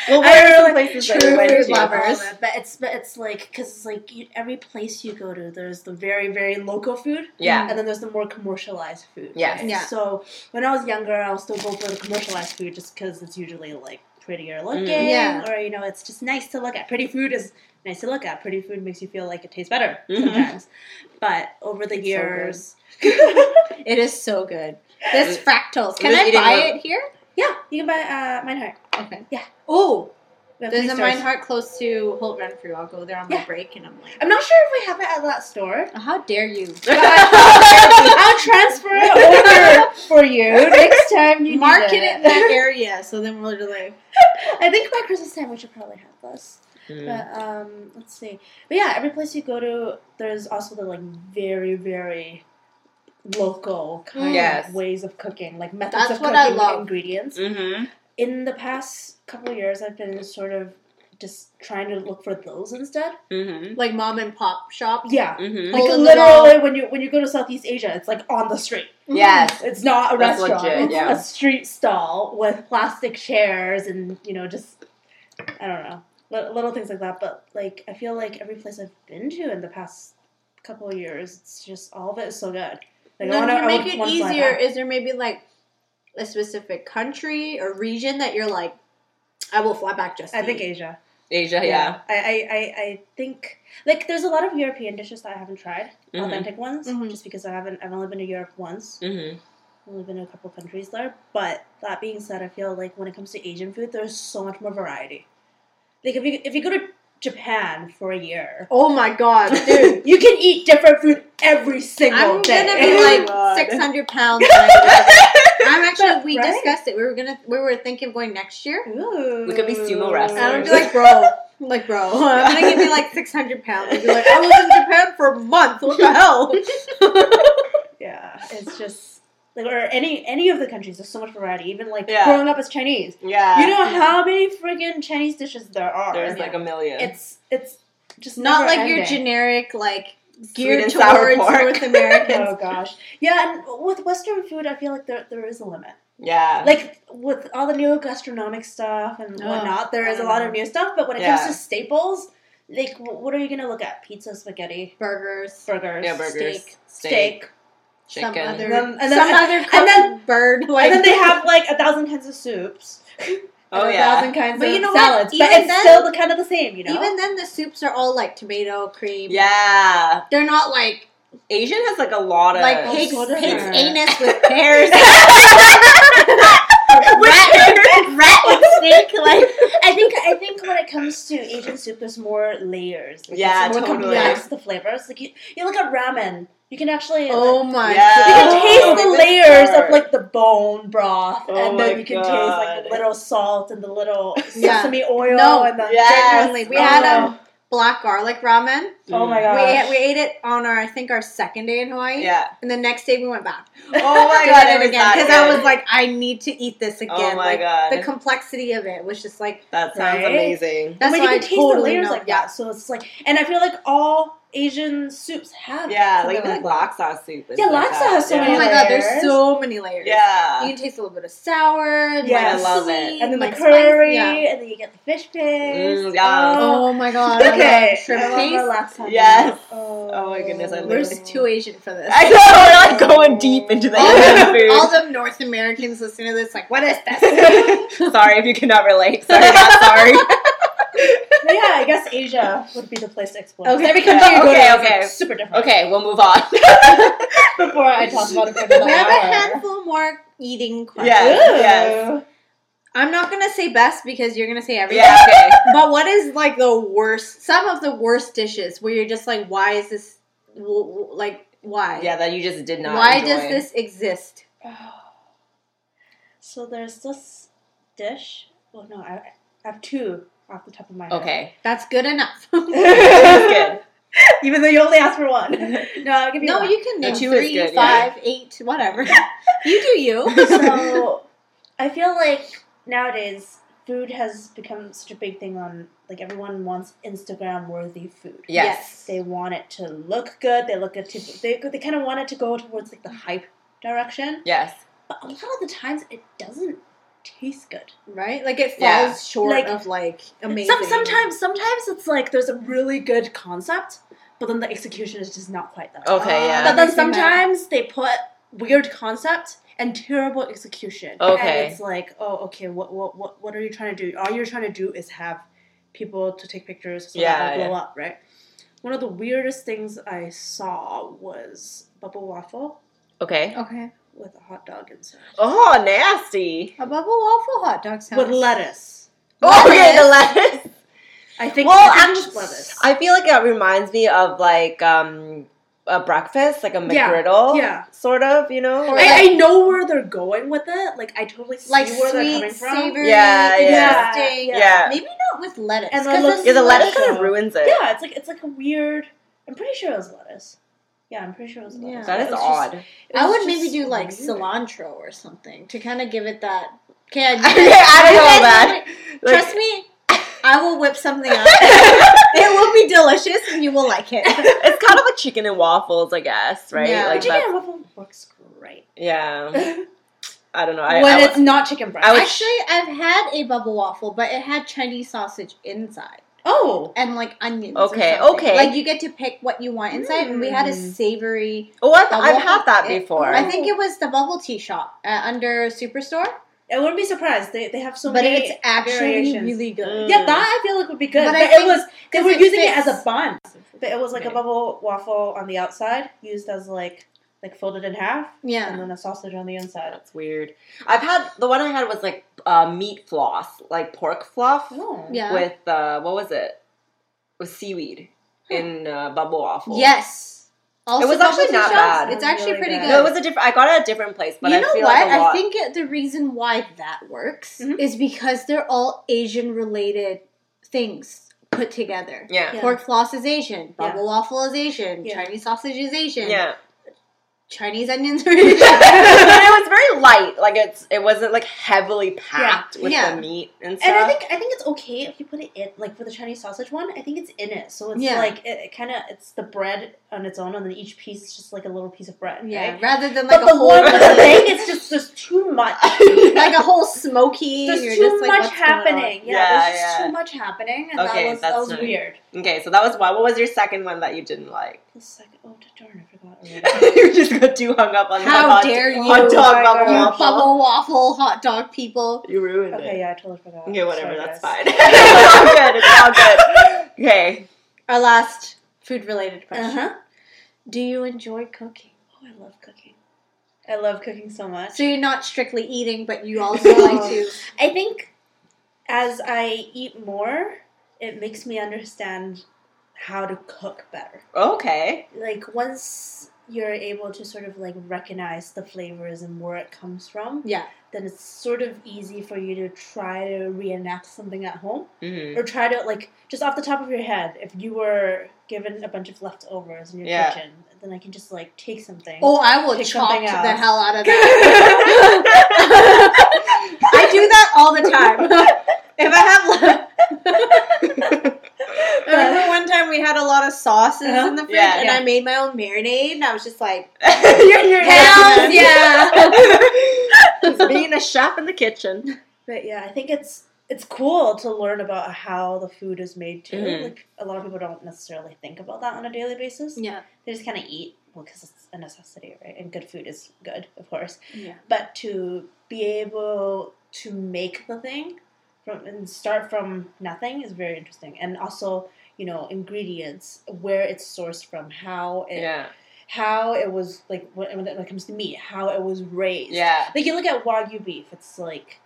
Speaker 2: well,
Speaker 3: I
Speaker 2: where are some
Speaker 3: really-
Speaker 2: places that
Speaker 1: true
Speaker 2: we went
Speaker 1: food
Speaker 2: to?
Speaker 1: lover.
Speaker 3: All
Speaker 1: Lovers.
Speaker 3: of it, But it's but it's like because it's like you, every place you go to, there's the very very local food,
Speaker 2: Yeah,
Speaker 3: and then there's the more commercialized food.
Speaker 2: Yes.
Speaker 1: Yeah.
Speaker 3: So when I was younger, I would still go for the commercialized food just because it's usually like prettier looking,
Speaker 1: Yeah.
Speaker 3: or you know, it's just nice to look at. Pretty food is nice to look at. Pretty food makes you feel like it tastes better
Speaker 2: Mhm.
Speaker 3: sometimes. But over the
Speaker 1: Mm-hmm. It's so good.
Speaker 3: years,
Speaker 1: It is so good. This
Speaker 2: It-
Speaker 1: fractals. Can
Speaker 2: was
Speaker 1: I
Speaker 2: eating
Speaker 1: buy
Speaker 2: well.
Speaker 1: it here?
Speaker 3: yeah, you can buy uh, mine heart.
Speaker 1: Okay.
Speaker 3: Yeah.
Speaker 1: Oh,
Speaker 3: We have
Speaker 1: there's
Speaker 3: three
Speaker 1: a
Speaker 3: stores.
Speaker 1: Mine Heart close to Holt Renfrew. I'll go there on my
Speaker 3: Yeah.
Speaker 1: break, and I'm like,
Speaker 3: I'm not sure if we have it at that store.
Speaker 1: how dare you?
Speaker 3: But
Speaker 2: Mm.
Speaker 3: I'll transfer it over for you next time you need
Speaker 1: Market it in that area, so then we'll just like
Speaker 3: I think by Christmas time we should probably have this.
Speaker 2: Mm.
Speaker 3: But um, let's see. But yeah, every place you go to, there's also the like very very local kind
Speaker 2: Yes.
Speaker 3: of ways of cooking, like methods
Speaker 1: That's
Speaker 3: of
Speaker 1: what
Speaker 3: cooking
Speaker 1: I love. Mm.
Speaker 3: ingredients.
Speaker 2: Mhm.
Speaker 3: In the past couple of years, I've been sort of just trying to look for those instead.
Speaker 2: Mhm.
Speaker 1: like mom and pop shops.
Speaker 3: Yeah.
Speaker 2: Mhm.
Speaker 1: Hole
Speaker 3: Like
Speaker 1: in the wall.
Speaker 3: literally, when you when you go to Southeast Asia, it's like on the street.
Speaker 2: Yes.
Speaker 3: It's not a
Speaker 2: That's
Speaker 3: restaurant.
Speaker 2: legit,
Speaker 3: it's
Speaker 2: yeah.
Speaker 3: a street stall with plastic chairs and you know just I don't know li- little things like that. But like I feel like every place I've been to in the past couple of years, it's just all of it is so good. Like
Speaker 1: No,
Speaker 3: I wanna,
Speaker 1: to make
Speaker 3: I would
Speaker 1: it
Speaker 3: wanna fly
Speaker 1: easier,
Speaker 3: back.
Speaker 1: is there maybe like a specific country or region that you're like, I will fly back just.
Speaker 3: I
Speaker 1: to
Speaker 3: think
Speaker 1: eat?
Speaker 3: Asia.
Speaker 2: Asia, yeah.
Speaker 3: I, I, I, I think like there's a lot of European dishes that I haven't tried,
Speaker 2: Mhm.
Speaker 3: authentic ones,
Speaker 1: Mhm.
Speaker 3: just because I haven't. I've only been to Europe once.
Speaker 2: Mhm.
Speaker 3: I've only been to a couple countries there. But that being said, I feel like when it comes to Asian food, there's so much more variety. Like if you if you go to Japan for a year,
Speaker 1: Oh my god, dude.
Speaker 3: you can eat different food every single
Speaker 1: I'm
Speaker 3: day. Oh
Speaker 1: gonna be
Speaker 2: God.
Speaker 1: like 600 pounds. when I get back. I'm actually. We
Speaker 3: Right?
Speaker 1: discussed it. We were gonna. We were thinking of going next year.
Speaker 3: Ooh.
Speaker 2: We could be sumo
Speaker 1: And I'm
Speaker 2: wrestlers.
Speaker 1: be like, bro, like, bro, I'm gonna give you like 600 pounds. I'd be like, I was in Japan for a month. What the hell?
Speaker 3: yeah, it's just like or any any of the countries. There's so much variety. Even like
Speaker 2: Yeah.
Speaker 3: growing up as Chinese,
Speaker 2: Yeah.
Speaker 3: you know how many friggin' Chinese dishes there are.
Speaker 2: there's like a million.
Speaker 3: it's it's just
Speaker 1: Not
Speaker 3: never
Speaker 1: like your
Speaker 3: ending.
Speaker 1: generic like
Speaker 3: geared
Speaker 2: and sour
Speaker 3: towards
Speaker 2: pork.
Speaker 3: North Americans.
Speaker 2: Oh,
Speaker 3: gosh, yeah, and with Western food, I feel like there there is a limit.
Speaker 2: Yeah.
Speaker 3: Like with all the new gastronomic stuff and
Speaker 1: Oh,
Speaker 3: whatnot, there is a lot of new stuff. But when it
Speaker 2: Yeah.
Speaker 3: comes to staples, like wh- what are you gonna look at? Pizza, spaghetti,
Speaker 1: burgers,
Speaker 3: burgers,
Speaker 2: yeah, burgers,
Speaker 1: steak,
Speaker 3: steak,
Speaker 2: chicken.
Speaker 1: some other,
Speaker 3: And then- and then-
Speaker 1: some other cooked
Speaker 3: then-
Speaker 1: bird. Like
Speaker 3: and then they have like a thousand kinds of soups. and
Speaker 2: oh
Speaker 3: a
Speaker 2: yeah.
Speaker 3: thousand kinds
Speaker 1: But
Speaker 3: of
Speaker 1: you know what?
Speaker 3: salads. But
Speaker 1: Even
Speaker 3: it's
Speaker 1: then-
Speaker 3: still the kind of the same, you know.
Speaker 1: even then the soups are all like tomato cream.
Speaker 2: Yeah.
Speaker 1: they're not like
Speaker 2: Asian has like a lot of
Speaker 1: like
Speaker 3: Oh,
Speaker 1: pig's,
Speaker 3: so different.
Speaker 1: pig's anus with pears.
Speaker 2: Rat-
Speaker 1: rat with snake like
Speaker 3: I think I think when it comes to Asian soup, there's more layers. Like,
Speaker 2: Yeah,
Speaker 3: it's more
Speaker 2: totally.
Speaker 3: complex the flavors. Like you, you look at ramen, you can actually
Speaker 1: oh
Speaker 3: like,
Speaker 2: Yeah.
Speaker 1: my
Speaker 3: you
Speaker 1: god.
Speaker 3: can
Speaker 2: Oh,
Speaker 3: taste the
Speaker 2: this
Speaker 3: layers
Speaker 2: part.
Speaker 3: of like the bone broth,
Speaker 2: Oh
Speaker 3: and then
Speaker 2: my
Speaker 3: you can taste like
Speaker 2: God.
Speaker 3: the little salt and the little
Speaker 1: Yeah.
Speaker 3: sesame oil.
Speaker 1: No.
Speaker 3: and the,
Speaker 2: Yes.
Speaker 1: Genuinely, we
Speaker 2: Oh.
Speaker 1: had um black garlic ramen.
Speaker 3: oh my
Speaker 1: We
Speaker 3: gosh,
Speaker 1: ate, we ate it on our I think our second day in Hawaii.
Speaker 2: Yeah.
Speaker 1: And the next day we went back.
Speaker 2: Oh my
Speaker 1: to
Speaker 2: god,
Speaker 1: get
Speaker 2: it
Speaker 1: it
Speaker 2: was
Speaker 1: again
Speaker 2: that
Speaker 1: because I
Speaker 2: good.
Speaker 1: was like, I need to eat this again.
Speaker 2: Oh my
Speaker 1: like,
Speaker 2: god.
Speaker 1: The complexity of it was just like
Speaker 2: that sounds
Speaker 3: Right?
Speaker 2: amazing.
Speaker 1: that's
Speaker 3: But
Speaker 1: why
Speaker 3: Oh you
Speaker 1: I
Speaker 3: can taste the
Speaker 1: totally
Speaker 3: layers
Speaker 1: know.
Speaker 3: like
Speaker 1: yeah.
Speaker 3: that. So it's like, and I feel like all Asian soups have
Speaker 2: Yeah,
Speaker 3: something
Speaker 2: like even like
Speaker 3: that.
Speaker 2: laksa soup. is
Speaker 3: Yeah,
Speaker 2: like
Speaker 3: laksa
Speaker 2: that.
Speaker 3: has so
Speaker 2: yeah.
Speaker 3: many
Speaker 1: Oh my god, there's so many layers.
Speaker 2: Yeah.
Speaker 1: You can taste a little bit of sour. And
Speaker 3: Yeah,
Speaker 1: like
Speaker 2: I love it.
Speaker 1: sweet,
Speaker 3: and then the
Speaker 1: like
Speaker 3: curry,
Speaker 1: Spicy. Yeah.
Speaker 3: and then you get the fish paste.
Speaker 2: Mm, yeah.
Speaker 1: Oh my god.
Speaker 3: Okay.
Speaker 1: I love Shrimp
Speaker 3: I love
Speaker 1: paste.
Speaker 3: our last time.
Speaker 2: Yes.
Speaker 3: Oh.
Speaker 2: Oh my goodness, I love
Speaker 1: We're
Speaker 2: Literally.
Speaker 1: just too Asian for this.
Speaker 2: I know, we're like going deep into the
Speaker 1: all,
Speaker 2: Asian
Speaker 1: them,
Speaker 2: food.
Speaker 1: all them North Americans listening to this, like, what is this?
Speaker 2: sorry if you cannot relate. Sorry, not sorry.
Speaker 3: But yeah, I guess Asia would be the place to explore.
Speaker 1: Okay.
Speaker 3: Every country you go
Speaker 2: Okay,
Speaker 3: to is
Speaker 2: okay.
Speaker 3: like, super different.
Speaker 2: Okay, we'll move on.
Speaker 3: Before I talk about it for
Speaker 1: we
Speaker 3: another
Speaker 1: have
Speaker 3: hour.
Speaker 1: a handful more eating questions.
Speaker 2: Yeah.
Speaker 3: Ooh.
Speaker 2: Yes.
Speaker 1: I'm not gonna say best because you're gonna say everything.
Speaker 2: yeah, okay.
Speaker 1: but what is like the worst? Some of the worst dishes where you're just like, why is this? w- w- Like, why?
Speaker 2: Yeah, that you just did not.
Speaker 1: Why
Speaker 2: enjoy.
Speaker 1: does this exist?
Speaker 3: So there's this dish. Well, no, I, I have two off the top of my head.
Speaker 2: Okay.
Speaker 1: That's good enough.
Speaker 2: That's
Speaker 3: Even though you only asked for one. No, I'll give you
Speaker 1: no,
Speaker 3: one.
Speaker 1: you can
Speaker 2: The
Speaker 1: name
Speaker 2: two is
Speaker 1: three,
Speaker 2: good, yeah.
Speaker 1: five, eight, whatever. you do you.
Speaker 3: so I feel like nowadays food has become such a big thing on like everyone wants Instagram worthy food.
Speaker 2: Yes.
Speaker 3: They want it to look good. They look good to they they kind of want it to go towards like the hype direction.
Speaker 2: Yes.
Speaker 3: But a lot of the times it doesn't taste good.
Speaker 1: Right? Like it falls
Speaker 2: Yeah.
Speaker 1: short
Speaker 3: Like-
Speaker 1: of like amazing.
Speaker 3: Some, sometimes sometimes it's like there's a really good concept, but then the execution is just not quite that.
Speaker 2: Okay, yeah.
Speaker 3: But then
Speaker 1: Makes me mad.
Speaker 3: sometimes they put weird concept and terrible execution.
Speaker 2: Okay.
Speaker 3: And it's like, oh, okay, what, what, what, what are you trying to do? All you're trying to do is have people to take pictures so
Speaker 2: Yeah,
Speaker 3: that they blow
Speaker 2: yeah.
Speaker 3: up, right? One of the weirdest things I saw was bubble waffle
Speaker 2: Okay.
Speaker 1: Okay.
Speaker 3: with a hot dog inside.
Speaker 2: Oh, nasty.
Speaker 1: A bubble waffle hot dog sounds.
Speaker 3: With lettuce.
Speaker 2: Oh, okay, the
Speaker 1: Lettuce.
Speaker 2: lettuce.
Speaker 3: I think
Speaker 2: Well,
Speaker 3: I think
Speaker 2: I'm-
Speaker 3: just lettuce.
Speaker 2: I feel like that reminds me of like um a breakfast, like a
Speaker 3: Yeah,
Speaker 2: McGriddle,
Speaker 3: yeah.
Speaker 2: sort of, you know.
Speaker 1: Or-
Speaker 3: I, I know where they're going with it. Like I totally see
Speaker 1: Like
Speaker 3: where they're
Speaker 1: sweet,
Speaker 3: coming from.
Speaker 1: savory,
Speaker 2: Yeah,
Speaker 3: yeah.
Speaker 1: interesting.
Speaker 2: Yeah. Yeah.
Speaker 1: Maybe not with lettuce.
Speaker 3: And the
Speaker 1: 'cause
Speaker 3: look-
Speaker 1: it's
Speaker 2: yeah, the lettuce
Speaker 3: Lettuce.
Speaker 2: kind of ruins it.
Speaker 3: Yeah, it's like it's like a weird. I'm pretty sure it was lettuce. Yeah, I'm pretty sure it was lettuce.
Speaker 1: Yeah.
Speaker 2: That
Speaker 3: It
Speaker 2: is
Speaker 3: was
Speaker 2: odd.
Speaker 3: just- it
Speaker 1: I
Speaker 3: was
Speaker 1: would
Speaker 3: just
Speaker 1: maybe do like
Speaker 3: weird.
Speaker 1: cilantro or something to kind of give it that. Okay,
Speaker 2: I
Speaker 1: I,
Speaker 2: don't know about
Speaker 1: that.
Speaker 2: Like-
Speaker 1: Trust me, I will whip something up. it will be delicious, and you will like it.
Speaker 2: it's kind of like chicken and waffles, I guess, right?
Speaker 1: Yeah.
Speaker 2: Like
Speaker 3: Chicken
Speaker 2: that's,
Speaker 3: and waffle works great.
Speaker 2: yeah.
Speaker 3: when
Speaker 2: I don't know. I, I-
Speaker 3: it's not chicken breast.
Speaker 2: I would-
Speaker 1: Actually, I've had a bubble waffle, but it had Chinese sausage inside
Speaker 3: oh,
Speaker 1: and like onions. or
Speaker 2: Okay,
Speaker 1: something.
Speaker 2: okay.
Speaker 1: Like you get to pick what you want inside, and we had a
Speaker 3: Mm.
Speaker 1: savory.
Speaker 2: oh, I've,
Speaker 1: Bubble
Speaker 2: I've had that
Speaker 1: it-
Speaker 2: before.
Speaker 1: I think it was the bubble tea shop uh, under Superstore,
Speaker 3: I wouldn't be surprised. They, they have so
Speaker 1: but
Speaker 3: many.
Speaker 1: it's actually
Speaker 3: variations.
Speaker 1: really good.
Speaker 2: Mm.
Speaker 3: yeah, that I feel like would be good.
Speaker 1: But
Speaker 3: But,
Speaker 1: I
Speaker 3: it
Speaker 1: think-
Speaker 3: was they
Speaker 1: 'cause
Speaker 3: were
Speaker 1: it
Speaker 3: using it
Speaker 1: fits-
Speaker 3: as a bun. But it was like a
Speaker 2: Maybe.
Speaker 3: bubble waffle on the outside, used as like like folded in half, and
Speaker 1: Yeah.
Speaker 3: then a sausage on the inside.
Speaker 2: That's weird. I've had the one I had was like uh, meat floss, like pork fluff
Speaker 3: Oh.
Speaker 1: Yeah.
Speaker 2: with uh, what was it? With seaweed in uh, bubble waffle.
Speaker 1: Yes. Also
Speaker 2: was
Speaker 1: bubble
Speaker 2: actually
Speaker 1: tea
Speaker 2: not
Speaker 1: shops,
Speaker 2: bad.
Speaker 1: It's actually
Speaker 3: Really
Speaker 1: pretty
Speaker 3: good.
Speaker 1: good.
Speaker 2: No, it was a different. I got it at a different place, but
Speaker 1: you
Speaker 2: I
Speaker 1: know
Speaker 2: feel
Speaker 1: what?
Speaker 2: like a
Speaker 1: I
Speaker 2: lot.
Speaker 1: think it, the reason why that works
Speaker 2: Mm-hmm.
Speaker 3: Mhm.
Speaker 1: is because they're all Asian related things put together.
Speaker 2: yeah,
Speaker 3: Yeah.
Speaker 1: Pork floss is Asian,
Speaker 3: Yeah.
Speaker 1: bubble waffle is Asian,
Speaker 3: Yeah.
Speaker 1: Chinese sausage is Asian.
Speaker 2: yeah.
Speaker 1: Chinese onions already.
Speaker 2: but it was very light. Like it's it wasn't like heavily packed with
Speaker 1: yeah.
Speaker 2: the meat and stuff.
Speaker 3: And I think I think it's okay if you put it in, like for the Chinese sausage one. I think it's in it, so it's
Speaker 1: Yeah.
Speaker 3: like it, it kind of it's the bread on its own, and then each piece is just like a little piece of bread.
Speaker 1: yeah,
Speaker 3: right?
Speaker 1: rather than like
Speaker 3: But
Speaker 1: a
Speaker 3: the
Speaker 1: whole
Speaker 3: one with the thing, it's just there's too much.
Speaker 1: like a whole smoky.
Speaker 3: There's
Speaker 1: and you're
Speaker 3: too
Speaker 1: just like,
Speaker 3: much
Speaker 1: "What's going on?"
Speaker 3: happening. Yeah,
Speaker 2: Yeah,
Speaker 3: there's just
Speaker 2: yeah.
Speaker 3: too much happening, and
Speaker 2: Okay,
Speaker 3: that was
Speaker 2: that's
Speaker 3: that was
Speaker 2: nice.
Speaker 3: weird.
Speaker 2: okay, so that was one. What was your second one that you didn't like?
Speaker 3: It's like, oh darn, I forgot. already.
Speaker 2: you just got too hung up on the
Speaker 1: How
Speaker 2: hot,
Speaker 1: dare you,
Speaker 2: hot dog
Speaker 3: my
Speaker 2: bubble
Speaker 1: you
Speaker 3: God.
Speaker 2: waffle.
Speaker 1: bubble waffle hot dog people?
Speaker 2: You ruined
Speaker 3: okay,
Speaker 2: it.
Speaker 3: yeah, I totally forgot.
Speaker 2: Okay, whatever,
Speaker 3: Sorry,
Speaker 2: that's
Speaker 3: guys.
Speaker 2: fine. it's all good. It's all good. Okay.
Speaker 1: Our last food related question.
Speaker 3: Uh-huh.
Speaker 1: Do you enjoy cooking?
Speaker 3: Oh, I love cooking. I love cooking so much.
Speaker 1: So you're not strictly eating, but you also like to.
Speaker 3: I think as I eat more, it makes me understand how to cook better.
Speaker 2: Okay.
Speaker 3: Like once you're able to sort of like recognize the flavors and where it comes from,
Speaker 1: Yeah.
Speaker 3: then it's sort of easy for you to try to reenact something at home
Speaker 2: Mm-hmm.
Speaker 3: or try to like just off the top of your head if you were given a bunch of leftovers in your
Speaker 2: Yeah.
Speaker 3: kitchen, then I can just like take something.
Speaker 1: Oh, I will
Speaker 3: Pick
Speaker 1: chop
Speaker 3: something
Speaker 1: the
Speaker 3: else.
Speaker 1: hell out of that. I do that all the time. if I have, left, I remember one time we had a lot of sauces in the fridge,
Speaker 2: Yeah.
Speaker 1: and
Speaker 3: Uh-huh. Yeah.
Speaker 1: I made my own marinade, and I was just like,
Speaker 2: you're, you're
Speaker 1: hell yeah!
Speaker 2: It's being a chef in the kitchen.
Speaker 3: But yeah, I think it's it's cool to learn about how the food is made too.
Speaker 2: Mhm.
Speaker 3: Like a lot of people don't necessarily think about that on a daily basis.
Speaker 1: yeah,
Speaker 3: They just kind of eat, well, because it's a necessity, right? And good food is good, of course.
Speaker 1: yeah.
Speaker 3: But to be able to make the thing from and start from nothing is very interesting. And also, you know, ingredients, where it's sourced from, how it
Speaker 2: Yeah.
Speaker 3: how it was like when, when it comes to meat, how it was raised.
Speaker 2: Yeah.
Speaker 3: Like you look at wagyu beef, it's like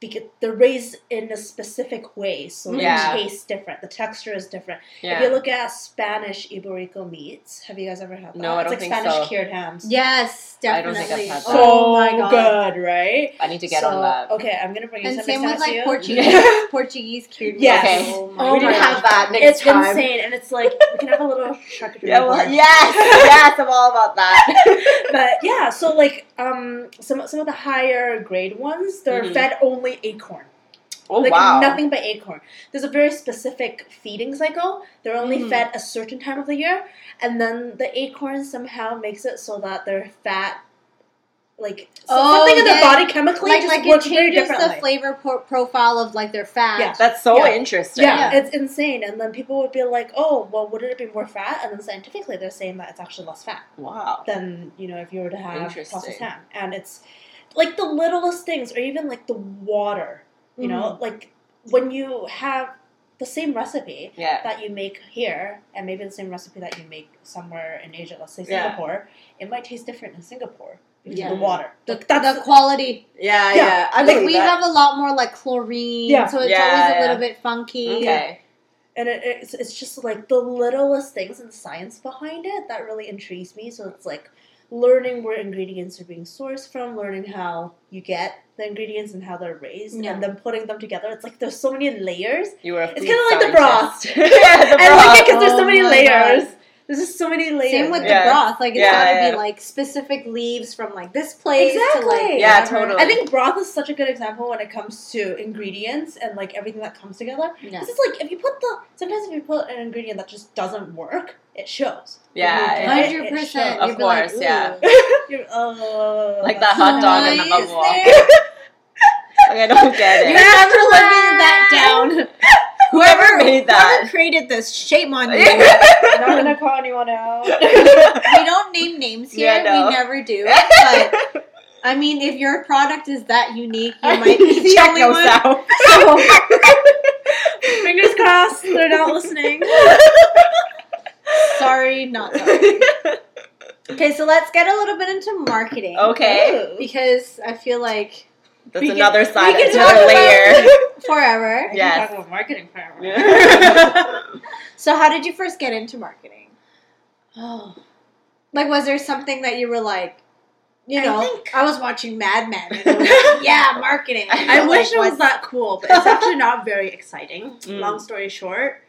Speaker 3: because they're raised in a specific way, so it
Speaker 2: Yeah.
Speaker 3: tastes different. The texture is different. If you
Speaker 2: Yeah.
Speaker 3: look at Spanish Iberico meats, have you guys ever had that?
Speaker 2: No, I
Speaker 3: it's
Speaker 2: don't
Speaker 3: like
Speaker 2: think
Speaker 3: Spanish
Speaker 2: so.
Speaker 3: cured hams.
Speaker 1: Yes,
Speaker 2: I don't
Speaker 1: definitely.
Speaker 2: think I've had that.
Speaker 1: Oh my god!
Speaker 3: good, right?
Speaker 2: I need to get
Speaker 3: So, oh
Speaker 2: on that.
Speaker 3: Okay, I'm gonna bring you
Speaker 1: And
Speaker 3: some
Speaker 1: same
Speaker 3: next
Speaker 1: with
Speaker 3: time I see
Speaker 1: like
Speaker 3: you.
Speaker 1: Portuguese,
Speaker 2: Yeah.
Speaker 1: Portuguese cured.
Speaker 3: Yes.
Speaker 1: meats.
Speaker 2: Okay.
Speaker 1: Oh my
Speaker 3: Oh
Speaker 2: we
Speaker 1: god.
Speaker 2: didn't
Speaker 3: my
Speaker 2: have that next
Speaker 3: It's
Speaker 2: time.
Speaker 3: insane, and it's like we can have a little charcuterie
Speaker 2: Yeah, well,
Speaker 3: board.
Speaker 2: yes, yes, I'm all about that.
Speaker 3: but yeah, so like um, some some of the higher grade ones, they're
Speaker 2: Mhm.
Speaker 3: fed only acorn,
Speaker 2: Oh
Speaker 3: like
Speaker 2: wow!
Speaker 3: nothing but acorn. There's a very specific feeding cycle. They're only
Speaker 1: Mhm.
Speaker 3: fed a certain time of the year, and then the acorn somehow makes it so that their fat, like so-
Speaker 1: Oh,
Speaker 3: something in their
Speaker 1: yeah.
Speaker 3: body chemically,
Speaker 1: Like,
Speaker 3: just
Speaker 1: like it
Speaker 3: works very
Speaker 1: changes the
Speaker 3: differently.
Speaker 1: flavor por- profile of like their fat.
Speaker 3: Yeah.
Speaker 2: That's so
Speaker 3: Yeah.
Speaker 2: interesting.
Speaker 3: yeah,
Speaker 1: Yeah.
Speaker 3: it's insane. And then people would be like, "Oh, well, wouldn't it be more fat?" And then scientifically, they're saying that it's actually less fat.
Speaker 2: Wow.
Speaker 3: than you know if you were to have
Speaker 2: Interesting.
Speaker 3: processed ham. And it's like the littlest things, or even like the water. You
Speaker 1: Hmm.
Speaker 3: know, like when you have the same recipe
Speaker 2: Yeah.
Speaker 3: that you make here, and maybe the same recipe that you make somewhere in Asia, let's say
Speaker 2: Yeah.
Speaker 3: Singapore, it might taste different in Singapore because
Speaker 1: Yeah.
Speaker 3: of the water.
Speaker 1: The,
Speaker 3: Like, that's
Speaker 1: the quality.
Speaker 2: Yeah, yeah.
Speaker 3: Yeah.
Speaker 2: I
Speaker 1: Like
Speaker 2: believe
Speaker 1: we
Speaker 2: that.
Speaker 1: have a lot more like chlorine,
Speaker 3: Yeah.
Speaker 1: so it's
Speaker 2: Yeah,
Speaker 1: always a
Speaker 2: yeah.
Speaker 1: little bit funky.
Speaker 2: Okay.
Speaker 3: and it, it's, it's just like the littlest things and the science behind it that really intrigues me. So it's like learning where ingredients are being sourced from, learning how you get the ingredients and how they're raised,
Speaker 1: Yeah.
Speaker 3: and then putting them together. It's like there's so many layers.
Speaker 2: You were. A
Speaker 3: It's
Speaker 2: food
Speaker 3: kind of like the
Speaker 2: scientist.
Speaker 3: broth.
Speaker 2: yeah, the broth.
Speaker 3: I like it because there's
Speaker 1: Oh
Speaker 3: so many
Speaker 1: my
Speaker 3: layers. There's just so many layers.
Speaker 1: Same with
Speaker 2: Yeah.
Speaker 1: the broth. Like it's
Speaker 2: Yeah,
Speaker 1: gotta
Speaker 2: yeah.
Speaker 1: be like specific leaves from like this place
Speaker 3: Exactly.
Speaker 1: to like
Speaker 2: Yeah,
Speaker 1: whatever.
Speaker 2: totally.
Speaker 3: I think broth is such a good example when it comes to ingredients and like everything that comes together.
Speaker 1: Yeah.
Speaker 3: This is like if you put the sometimes if you put an ingredient that just doesn't work, it shows.
Speaker 1: Oh
Speaker 2: Yeah, yeah.
Speaker 3: Right?
Speaker 1: Hundred
Speaker 3: It shows.
Speaker 1: percent.
Speaker 2: Of course, yeah.
Speaker 3: You're- oh,
Speaker 2: Like that
Speaker 3: that's
Speaker 2: hot dog
Speaker 3: nice.
Speaker 2: in the
Speaker 1: Nice
Speaker 2: bubble. walk.
Speaker 1: there.
Speaker 2: Like, I don't get
Speaker 1: You
Speaker 2: it.
Speaker 1: have to live that down.
Speaker 2: Whoever made
Speaker 1: Whoever
Speaker 2: that.
Speaker 1: created this, shame on you.
Speaker 3: I'm not gonna call anyone out.
Speaker 1: we don't name names here.
Speaker 2: Yeah, no.
Speaker 1: We never do. But I mean, if your product is that unique, you might be the
Speaker 2: Check
Speaker 1: only one.
Speaker 2: yourself.
Speaker 3: Fingers crossed, they're not listening.
Speaker 1: Sorry, not sorry. Okay, so let's get a little bit into marketing.
Speaker 2: okay,
Speaker 3: Ooh.
Speaker 1: Because I feel like
Speaker 2: that's
Speaker 1: We can-
Speaker 2: another side,
Speaker 1: we can talk
Speaker 2: another
Speaker 1: about-
Speaker 2: layer.
Speaker 1: forever.
Speaker 3: I
Speaker 2: Yes.
Speaker 3: can talk about marketing forever.
Speaker 1: So, how did you first get into marketing?
Speaker 3: Oh,
Speaker 1: Like, was there something that you were like, you
Speaker 3: I
Speaker 1: know, I,
Speaker 3: think-
Speaker 1: was watching Mad Men. And I was like, yeah, marketing.
Speaker 3: I wish it was
Speaker 1: like,
Speaker 3: that cool, but it's actually not very exciting.
Speaker 2: Mm.
Speaker 3: Long story short,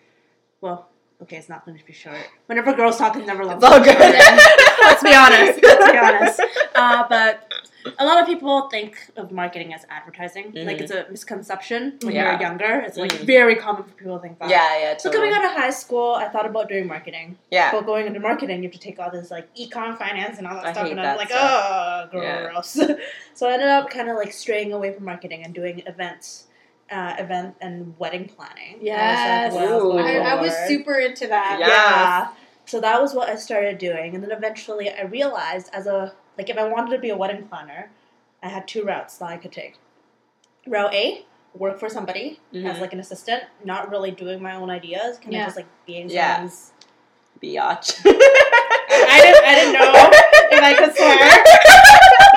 Speaker 3: well, Okay, it's not going to be short. Whenever girls talk, it's never long.
Speaker 2: It's all good.
Speaker 3: Let's be honest. Let's be honest. Uh, but a lot of people think of marketing as advertising. Like
Speaker 2: Mhm.
Speaker 3: it's a misconception when
Speaker 2: Yeah.
Speaker 3: you're younger. It's like
Speaker 2: Mhm.
Speaker 3: very common for people to think that.
Speaker 2: Yeah, yeah,
Speaker 3: So
Speaker 2: totally.
Speaker 3: coming out of high school, I thought about doing marketing.
Speaker 2: yeah.
Speaker 3: But going into marketing, you have to take all this like econ, finance, and all that
Speaker 2: I
Speaker 3: stuff,
Speaker 2: hate
Speaker 3: and
Speaker 2: that
Speaker 3: I'm like, oh,
Speaker 2: Yeah.
Speaker 3: gross. so I ended up kind of like straying away from marketing and doing events, uh, event and wedding planning.
Speaker 1: Yes.
Speaker 3: That was, like, what I was
Speaker 2: Ooh.
Speaker 3: going
Speaker 1: I, I was
Speaker 3: for.
Speaker 1: super into that.
Speaker 2: Yeah.
Speaker 3: Yeah. So that was what I started doing, and then eventually I realized as a like if I wanted to be a wedding planner, I had two routes that I could take. Route A, work for somebody as
Speaker 2: Mhm.
Speaker 3: like an assistant, not really doing my own ideas, kind
Speaker 1: Yeah.
Speaker 3: of just like being
Speaker 2: Yeah.
Speaker 3: someone's
Speaker 2: Biatch.
Speaker 3: I didn't, I didn't know if I could swear.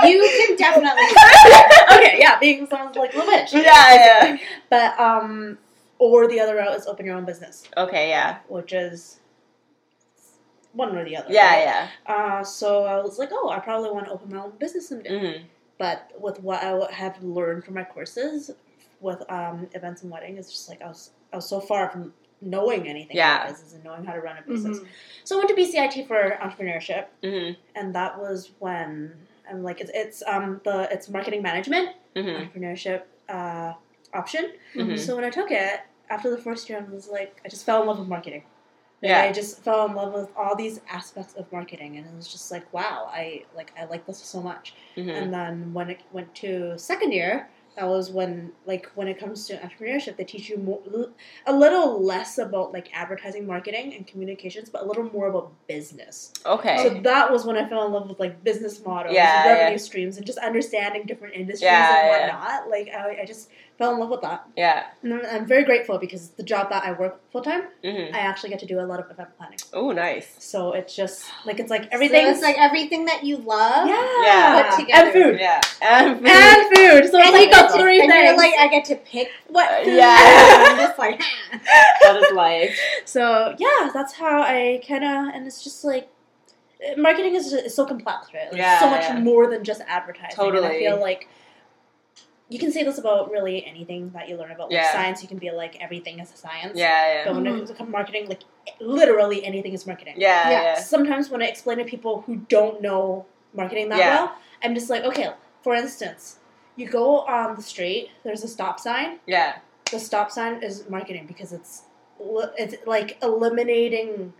Speaker 1: You can definitely.
Speaker 3: okay, yeah, being someone's like little bitch.
Speaker 2: yeah, yeah.
Speaker 3: But um, or the other route is open your own business,
Speaker 2: Okay, yeah.
Speaker 3: which is one or the other. right?
Speaker 2: Yeah,
Speaker 3: Uh, so I was like, oh, I probably want to open my own business someday.
Speaker 2: yeah. Mm-hmm.
Speaker 3: But with what I would have learned from my courses, with um, events and wedding, it's just like I was I was so far from knowing anything
Speaker 2: Yeah.
Speaker 3: about business and knowing how to run a business.
Speaker 1: Mhm.
Speaker 3: Mm-hmm. So I went to BCIT for entrepreneurship.
Speaker 2: Mm-hmm.
Speaker 3: and that was when I'm like it's, it's um the it's marketing management
Speaker 2: Mm-hmm.
Speaker 3: entrepreneurship uh, option.
Speaker 2: Mhm.
Speaker 3: So when I took it after the first year, I was like I just fell in love with marketing. Like,
Speaker 2: Yeah.
Speaker 3: I just fell in love with all these aspects of marketing, and it was just like wow, I like I like this so much.
Speaker 2: Mm-hmm.
Speaker 3: And then when it went to second year. That was when, like, when it comes to entrepreneurship, they teach you more, a little less about like advertising, marketing, and communications, but a little more about business. So
Speaker 2: Okay.
Speaker 3: that was when I fell in love with like business models,
Speaker 2: Yeah,
Speaker 3: and revenue
Speaker 2: yeah.
Speaker 3: streams, and just understanding different industries
Speaker 2: Yeah,
Speaker 3: and
Speaker 2: yeah.
Speaker 3: whatnot. Like I, I just fell in love with that,
Speaker 2: Yeah.
Speaker 3: and I'm- I'm very grateful because the job that I work full time,
Speaker 2: Mm-hmm.
Speaker 3: I actually get to do a lot of event planning.
Speaker 2: Oh, nice.
Speaker 3: So it's just like it's like
Speaker 1: Everything
Speaker 3: everything.
Speaker 1: so it's like everything that you love.
Speaker 3: yeah,
Speaker 2: Yeah.
Speaker 1: put together.
Speaker 3: and food.
Speaker 2: Yeah. And food.
Speaker 3: And food, so
Speaker 1: And
Speaker 3: it's like
Speaker 1: you get
Speaker 3: the
Speaker 1: to-
Speaker 3: three
Speaker 1: and
Speaker 3: things.
Speaker 1: you're like, I get to pick what.
Speaker 2: Uh,
Speaker 1: food.
Speaker 2: Yeah.
Speaker 1: I'm just like,
Speaker 2: that is life.
Speaker 3: so yeah, that's how I kind of, and it's just like eh, marketing is, is so complex, right? Like,
Speaker 2: Yeah,
Speaker 3: so much
Speaker 2: yeah.
Speaker 3: more than just advertising. And
Speaker 2: Totally.
Speaker 3: I feel like you can say this about really anything that you learn about like
Speaker 2: Yeah.
Speaker 3: science. You can be like everything is science.
Speaker 2: Yeah.
Speaker 3: But
Speaker 2: Yeah.
Speaker 3: when
Speaker 1: Mhm.
Speaker 3: it comes to marketing, like literally anything is marketing.
Speaker 2: Yeah.
Speaker 1: Yeah.
Speaker 2: Yeah.
Speaker 3: Sometimes when I explain to people who don't know marketing that
Speaker 2: Yeah.
Speaker 3: well, I'm just like, okay, for instance, you go on the street, there's a stop sign
Speaker 2: Yeah.
Speaker 3: the stop sign is marketing because it's li- it's like eliminating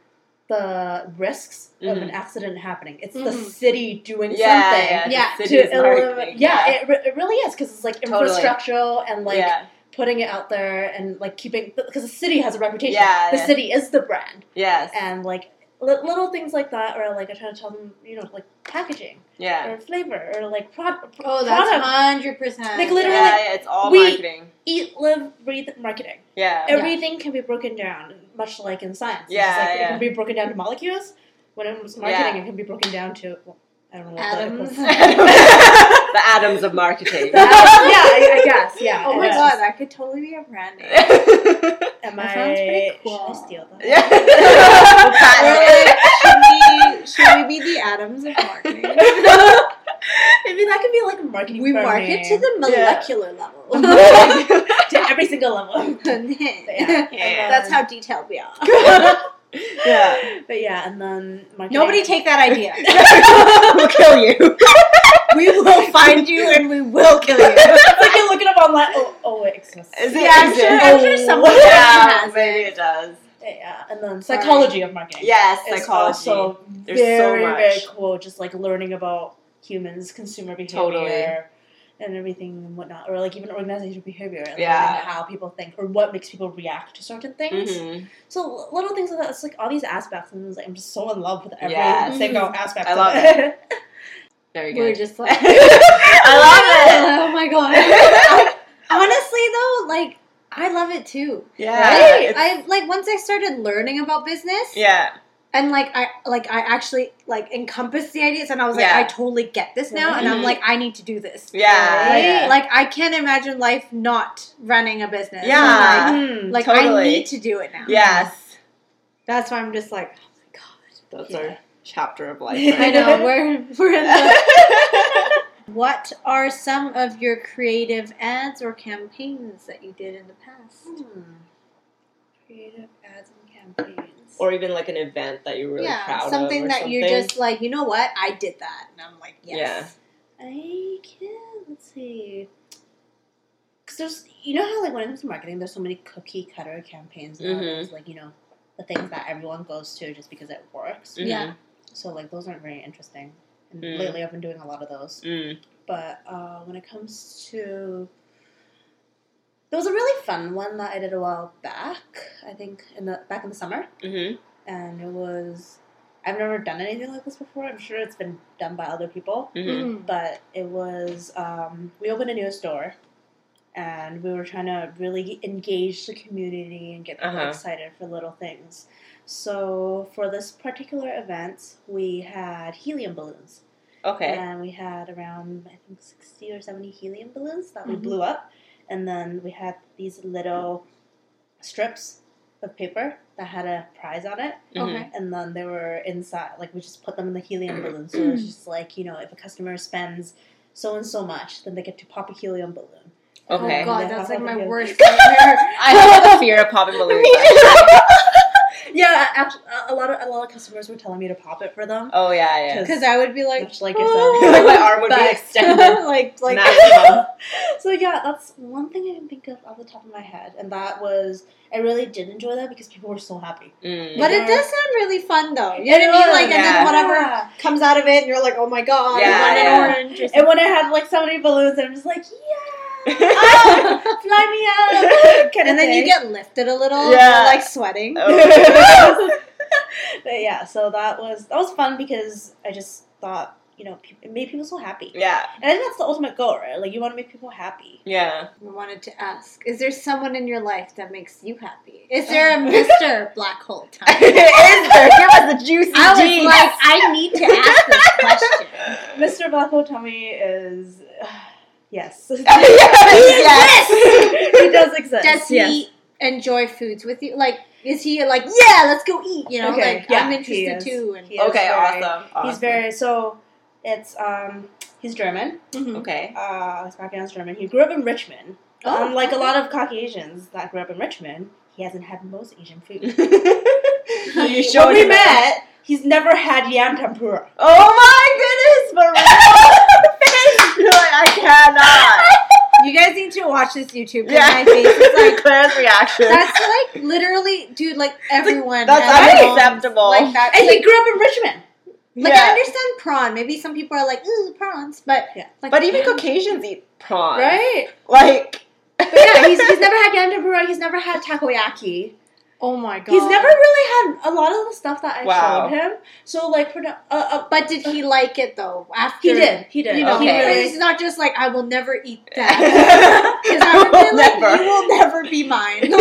Speaker 3: the risks of an accident happening. It's the
Speaker 1: Mhm.
Speaker 3: city doing something.
Speaker 2: Mm-hmm. Yeah.
Speaker 1: Yeah,
Speaker 2: the
Speaker 3: To
Speaker 2: city's
Speaker 3: eliminate,
Speaker 2: marketing,
Speaker 3: yeah, It, re- it really is because it's like
Speaker 2: Totally.
Speaker 3: infrastructural and like
Speaker 2: yeah.
Speaker 3: putting it out there and like keeping because the city has a reputation.
Speaker 2: Yeah,
Speaker 3: the
Speaker 2: yeah.
Speaker 3: city is the brand,
Speaker 2: Yes.
Speaker 3: and like li- little things like that, or like I try to tell them, you know, like packaging
Speaker 2: yeah.
Speaker 3: or flavor or like product.
Speaker 1: oh, that's
Speaker 3: product.
Speaker 1: hundred percent.
Speaker 3: Like, literally-
Speaker 2: yeah, yeah, it's all
Speaker 3: we-
Speaker 2: marketing.
Speaker 3: Eat, live, breathe marketing.
Speaker 2: Yeah.
Speaker 1: Every-
Speaker 3: everything can be broken down, much like in science. It's
Speaker 2: Yeah,
Speaker 3: just like
Speaker 2: yeah.
Speaker 3: It can be broken down to molecules. When it was marketing,
Speaker 2: Yeah.
Speaker 3: it can be broken down to well, I don't know.
Speaker 1: Atoms.
Speaker 3: What
Speaker 2: the atoms of marketing.
Speaker 3: that yeah, I, I guess. Yeah.
Speaker 1: Oh my
Speaker 3: it's
Speaker 1: god,
Speaker 3: just-
Speaker 1: that could totally be a brand name.
Speaker 2: yeah.
Speaker 3: Am
Speaker 1: That
Speaker 3: I?
Speaker 1: sounds pretty cool.
Speaker 3: Should I steal that?
Speaker 1: We're like, should, we, should we be the atoms of marketing?
Speaker 3: Maybe that could be like a marketing.
Speaker 1: We
Speaker 3: firm
Speaker 1: market to
Speaker 3: name.
Speaker 1: the molecular level.
Speaker 2: Patent.
Speaker 3: to every single level.
Speaker 1: Yeah.
Speaker 2: Yeah.
Speaker 1: That's how detailed we are.
Speaker 2: yeah.
Speaker 3: But yeah, and then marketing.
Speaker 1: Nobody take that idea.
Speaker 2: we'll kill you.
Speaker 1: we will find you and we will kill you.
Speaker 3: it's like you look it up online. Oh, oh, it exists.
Speaker 2: Is
Speaker 1: Yeah, I'm sure-
Speaker 2: exist?
Speaker 1: I'm sure someone
Speaker 2: yeah,
Speaker 1: has it.
Speaker 2: maybe it does.
Speaker 3: Yeah, and then
Speaker 1: Sorry.
Speaker 3: psychology of marketing.
Speaker 2: Yes,
Speaker 3: It's
Speaker 2: psychology.
Speaker 3: also
Speaker 2: There's so
Speaker 3: very,
Speaker 2: much.
Speaker 3: very cool. Just like learning about humans, consumer behavior,
Speaker 2: Totally.
Speaker 3: and everything and whatnot, or like even organizational behavior and
Speaker 2: Yeah.
Speaker 3: learning how people think or what makes people react to certain things.
Speaker 2: Mhm.
Speaker 3: So l- little things like that. It's like all these aspects, and it's like I'm just so in love with every
Speaker 2: Yes.
Speaker 3: single aspect.
Speaker 2: I
Speaker 3: of
Speaker 2: love
Speaker 3: it.
Speaker 2: Very good.
Speaker 1: We're just like,
Speaker 2: I
Speaker 1: Oh my god.
Speaker 2: love it.
Speaker 1: Honestly though, like I love it too.
Speaker 2: yeah.
Speaker 1: Right?
Speaker 2: it's-
Speaker 1: I like once I started learning about business
Speaker 2: yeah.
Speaker 1: and like I like I actually like encompassed the ideas and I was like
Speaker 2: Yeah.
Speaker 1: I totally get this now and I'm
Speaker 2: Mhm.
Speaker 1: like I need to do this.
Speaker 2: Yeah.
Speaker 1: Right?
Speaker 2: yeah.
Speaker 1: Like I can't imagine life not running a business.
Speaker 2: Yeah.
Speaker 1: Like,
Speaker 3: Mhm.
Speaker 1: like, I
Speaker 2: Totally.
Speaker 1: need to do it now.
Speaker 2: yes.
Speaker 1: That's why I'm just like, oh my god.
Speaker 2: That's
Speaker 3: Yeah.
Speaker 2: our chapter of life.
Speaker 1: I
Speaker 2: Right?
Speaker 1: know we're we're in the. What are some of your creative ads or campaigns that you did in the past?
Speaker 3: Hmm. Creative ads and campaigns.
Speaker 2: or even like an event that you're really proud
Speaker 1: something
Speaker 2: of, or
Speaker 1: that
Speaker 2: something.
Speaker 1: you're just like, you know what? I did that, and I'm like, yes.
Speaker 3: I can let's see. Cause there's you know how like when it comes to marketing, there's so many cookie cutter campaigns
Speaker 2: Mhm.
Speaker 3: nowadays, like you know, the things that everyone goes to just because it works.
Speaker 2: Mhm.
Speaker 1: Yeah.
Speaker 3: So like those aren't very interesting. And
Speaker 2: Mm.
Speaker 3: lately I've been doing a lot of those.
Speaker 2: Mm.
Speaker 3: But uh, when it comes to there was a really fun one that I did a while back, I think in the back in the summer.
Speaker 2: Mhm.
Speaker 3: And it was I've never done anything like this before. I'm sure it's been done by other people
Speaker 1: Mm-hmm.
Speaker 2: Mhm.
Speaker 3: but it was um, we opened a new store and we were trying to really engage the community and get people
Speaker 2: Uh-huh.
Speaker 3: excited for little things so for this particular event we had helium balloons
Speaker 2: Okay.
Speaker 3: and we had around i think 60 or 70 helium balloons that we
Speaker 2: Mm-hmm.
Speaker 1: Mhm.
Speaker 3: blew up and then we had these little strips of paper that had a prize on it
Speaker 2: Mhm.
Speaker 1: Okay.
Speaker 3: and then they were inside like we just put them in the helium balloon so it's just like you know if a customer spends so and so much then they get to pop a helium balloon
Speaker 2: Okay.
Speaker 1: Oh
Speaker 3: Yeah,
Speaker 1: god, that's like my
Speaker 3: yeah.
Speaker 1: worst nightmare.
Speaker 2: I have a fear of popping balloons.
Speaker 3: yeah actually, a lot of a lot of customers were telling me to pop it for them
Speaker 2: oh yeah, yeah.
Speaker 1: Because I would be like, "Oh,"
Speaker 3: much like oh.
Speaker 2: Like
Speaker 3: yourself
Speaker 2: my arm would be
Speaker 1: But-
Speaker 2: extended.
Speaker 3: like like
Speaker 2: Maximum.
Speaker 3: so yeah that's one thing i can think of off the top of my head and that was i really did enjoy that because people were so happy
Speaker 2: Mm.
Speaker 1: but it does sound really fun though. You know what I mean? Like, and
Speaker 2: Yeah.
Speaker 1: then whatever
Speaker 3: Yeah.
Speaker 1: comes out of it, and you're like, oh my god,
Speaker 2: Yeah,
Speaker 1: I want
Speaker 2: yeah.
Speaker 1: an orange. Or
Speaker 3: and
Speaker 1: something.
Speaker 3: when i had like so many balloons i'm just like yeah
Speaker 2: oh,
Speaker 3: fly me up
Speaker 1: and then you
Speaker 3: get.
Speaker 1: get lifted a little,
Speaker 2: Yeah.
Speaker 1: you're like sweating.
Speaker 2: Oh.
Speaker 3: but yeah, so that was that was fun because I just thought you know pe- it made people so happy,
Speaker 2: yeah,
Speaker 3: and I think that's the ultimate goal, right? Like you want to make people happy.
Speaker 2: yeah.
Speaker 1: I wanted to ask: Is there someone in your life that makes you happy? Is there a Mister Black Hole Time?
Speaker 2: is there? Give us the juicy
Speaker 1: I was
Speaker 2: deets.
Speaker 1: like, I need to ask this question.
Speaker 3: Mr. Blacko Tummy is yes,
Speaker 2: yes.
Speaker 3: he does exist.
Speaker 1: Does he
Speaker 2: Yes.
Speaker 1: enjoy foods with you? Like, is he like, yeah, let's go eat? You know,
Speaker 3: Okay,
Speaker 1: like
Speaker 3: yeah,
Speaker 1: I'm
Speaker 3: he
Speaker 1: interested
Speaker 3: is.
Speaker 1: too. And
Speaker 3: He is
Speaker 2: Okay,
Speaker 3: very-
Speaker 2: awesome. awesome.
Speaker 3: He's very so. It's um he's German.
Speaker 1: Mhm.
Speaker 2: okay.
Speaker 3: Uh, his background's German. He grew up in Richmond.
Speaker 1: Oh,
Speaker 3: Unlike a lot of Caucasians that grew up in Richmond, he hasn't had most Asian food.
Speaker 2: so you
Speaker 3: He-
Speaker 2: showed
Speaker 3: when we
Speaker 2: him that.
Speaker 3: met, he's never had yam tempura.
Speaker 2: Oh my goodness, Maria! You're like, I cannot.
Speaker 1: you guys need to watch this YouTube. 'cause
Speaker 2: Yeah,
Speaker 1: my face is like
Speaker 2: Claire's reaction.
Speaker 1: That's like literally, dude. Like everyone.
Speaker 2: That's
Speaker 1: has their own-
Speaker 2: unacceptable.
Speaker 1: Like that.
Speaker 3: And
Speaker 1: like,
Speaker 3: he grew up in Richmond.
Speaker 1: like, I
Speaker 2: Yeah.
Speaker 1: understand prawn. Maybe some people are like, ooh, prawns, but
Speaker 3: Yeah.
Speaker 1: like,
Speaker 2: But even Caucasians eat prawns,
Speaker 3: Right?
Speaker 2: Like,
Speaker 3: But yeah, he's, he's never had yam tempura. He's never had takoyaki.
Speaker 1: oh my god,
Speaker 3: He's never really had a lot of the stuff that I
Speaker 2: Wow.
Speaker 3: showed him. So like, for, the- uh, uh,
Speaker 1: But did he like it though? After
Speaker 3: he did. He did.
Speaker 1: you know,
Speaker 2: Okay.
Speaker 1: he really,
Speaker 3: He
Speaker 1: he's
Speaker 3: really,
Speaker 1: not just like, I will never eat that. Because I
Speaker 2: I
Speaker 1: would be
Speaker 2: will
Speaker 1: like, you
Speaker 2: never.
Speaker 1: will never be mine.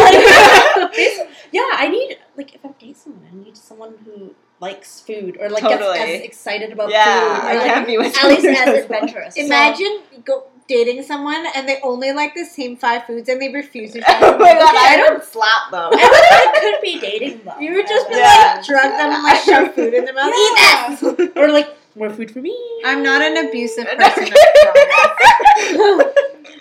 Speaker 3: yeah, I need like if I date someone, I need someone who likes food or like gets
Speaker 2: Totally.
Speaker 3: as excited about
Speaker 2: Yeah,
Speaker 3: food.
Speaker 2: I
Speaker 3: or, like,
Speaker 2: can't be with
Speaker 3: at
Speaker 2: someone
Speaker 3: least
Speaker 2: who
Speaker 3: as
Speaker 2: doesn't like-
Speaker 3: adventurous. So-
Speaker 1: Imagine go dating someone and they only like the same five foods and they refuse to try.
Speaker 2: Oh my god,
Speaker 1: Okay,
Speaker 2: I don't slap them.
Speaker 3: I would- I could be dating them.
Speaker 1: You would just be
Speaker 2: Yeah.
Speaker 1: like, drug them and like shove food in their mouth. Eat that.
Speaker 3: Yeah. or like more food for me.
Speaker 1: I'm not an abusive
Speaker 2: Okay.
Speaker 1: person. I promise.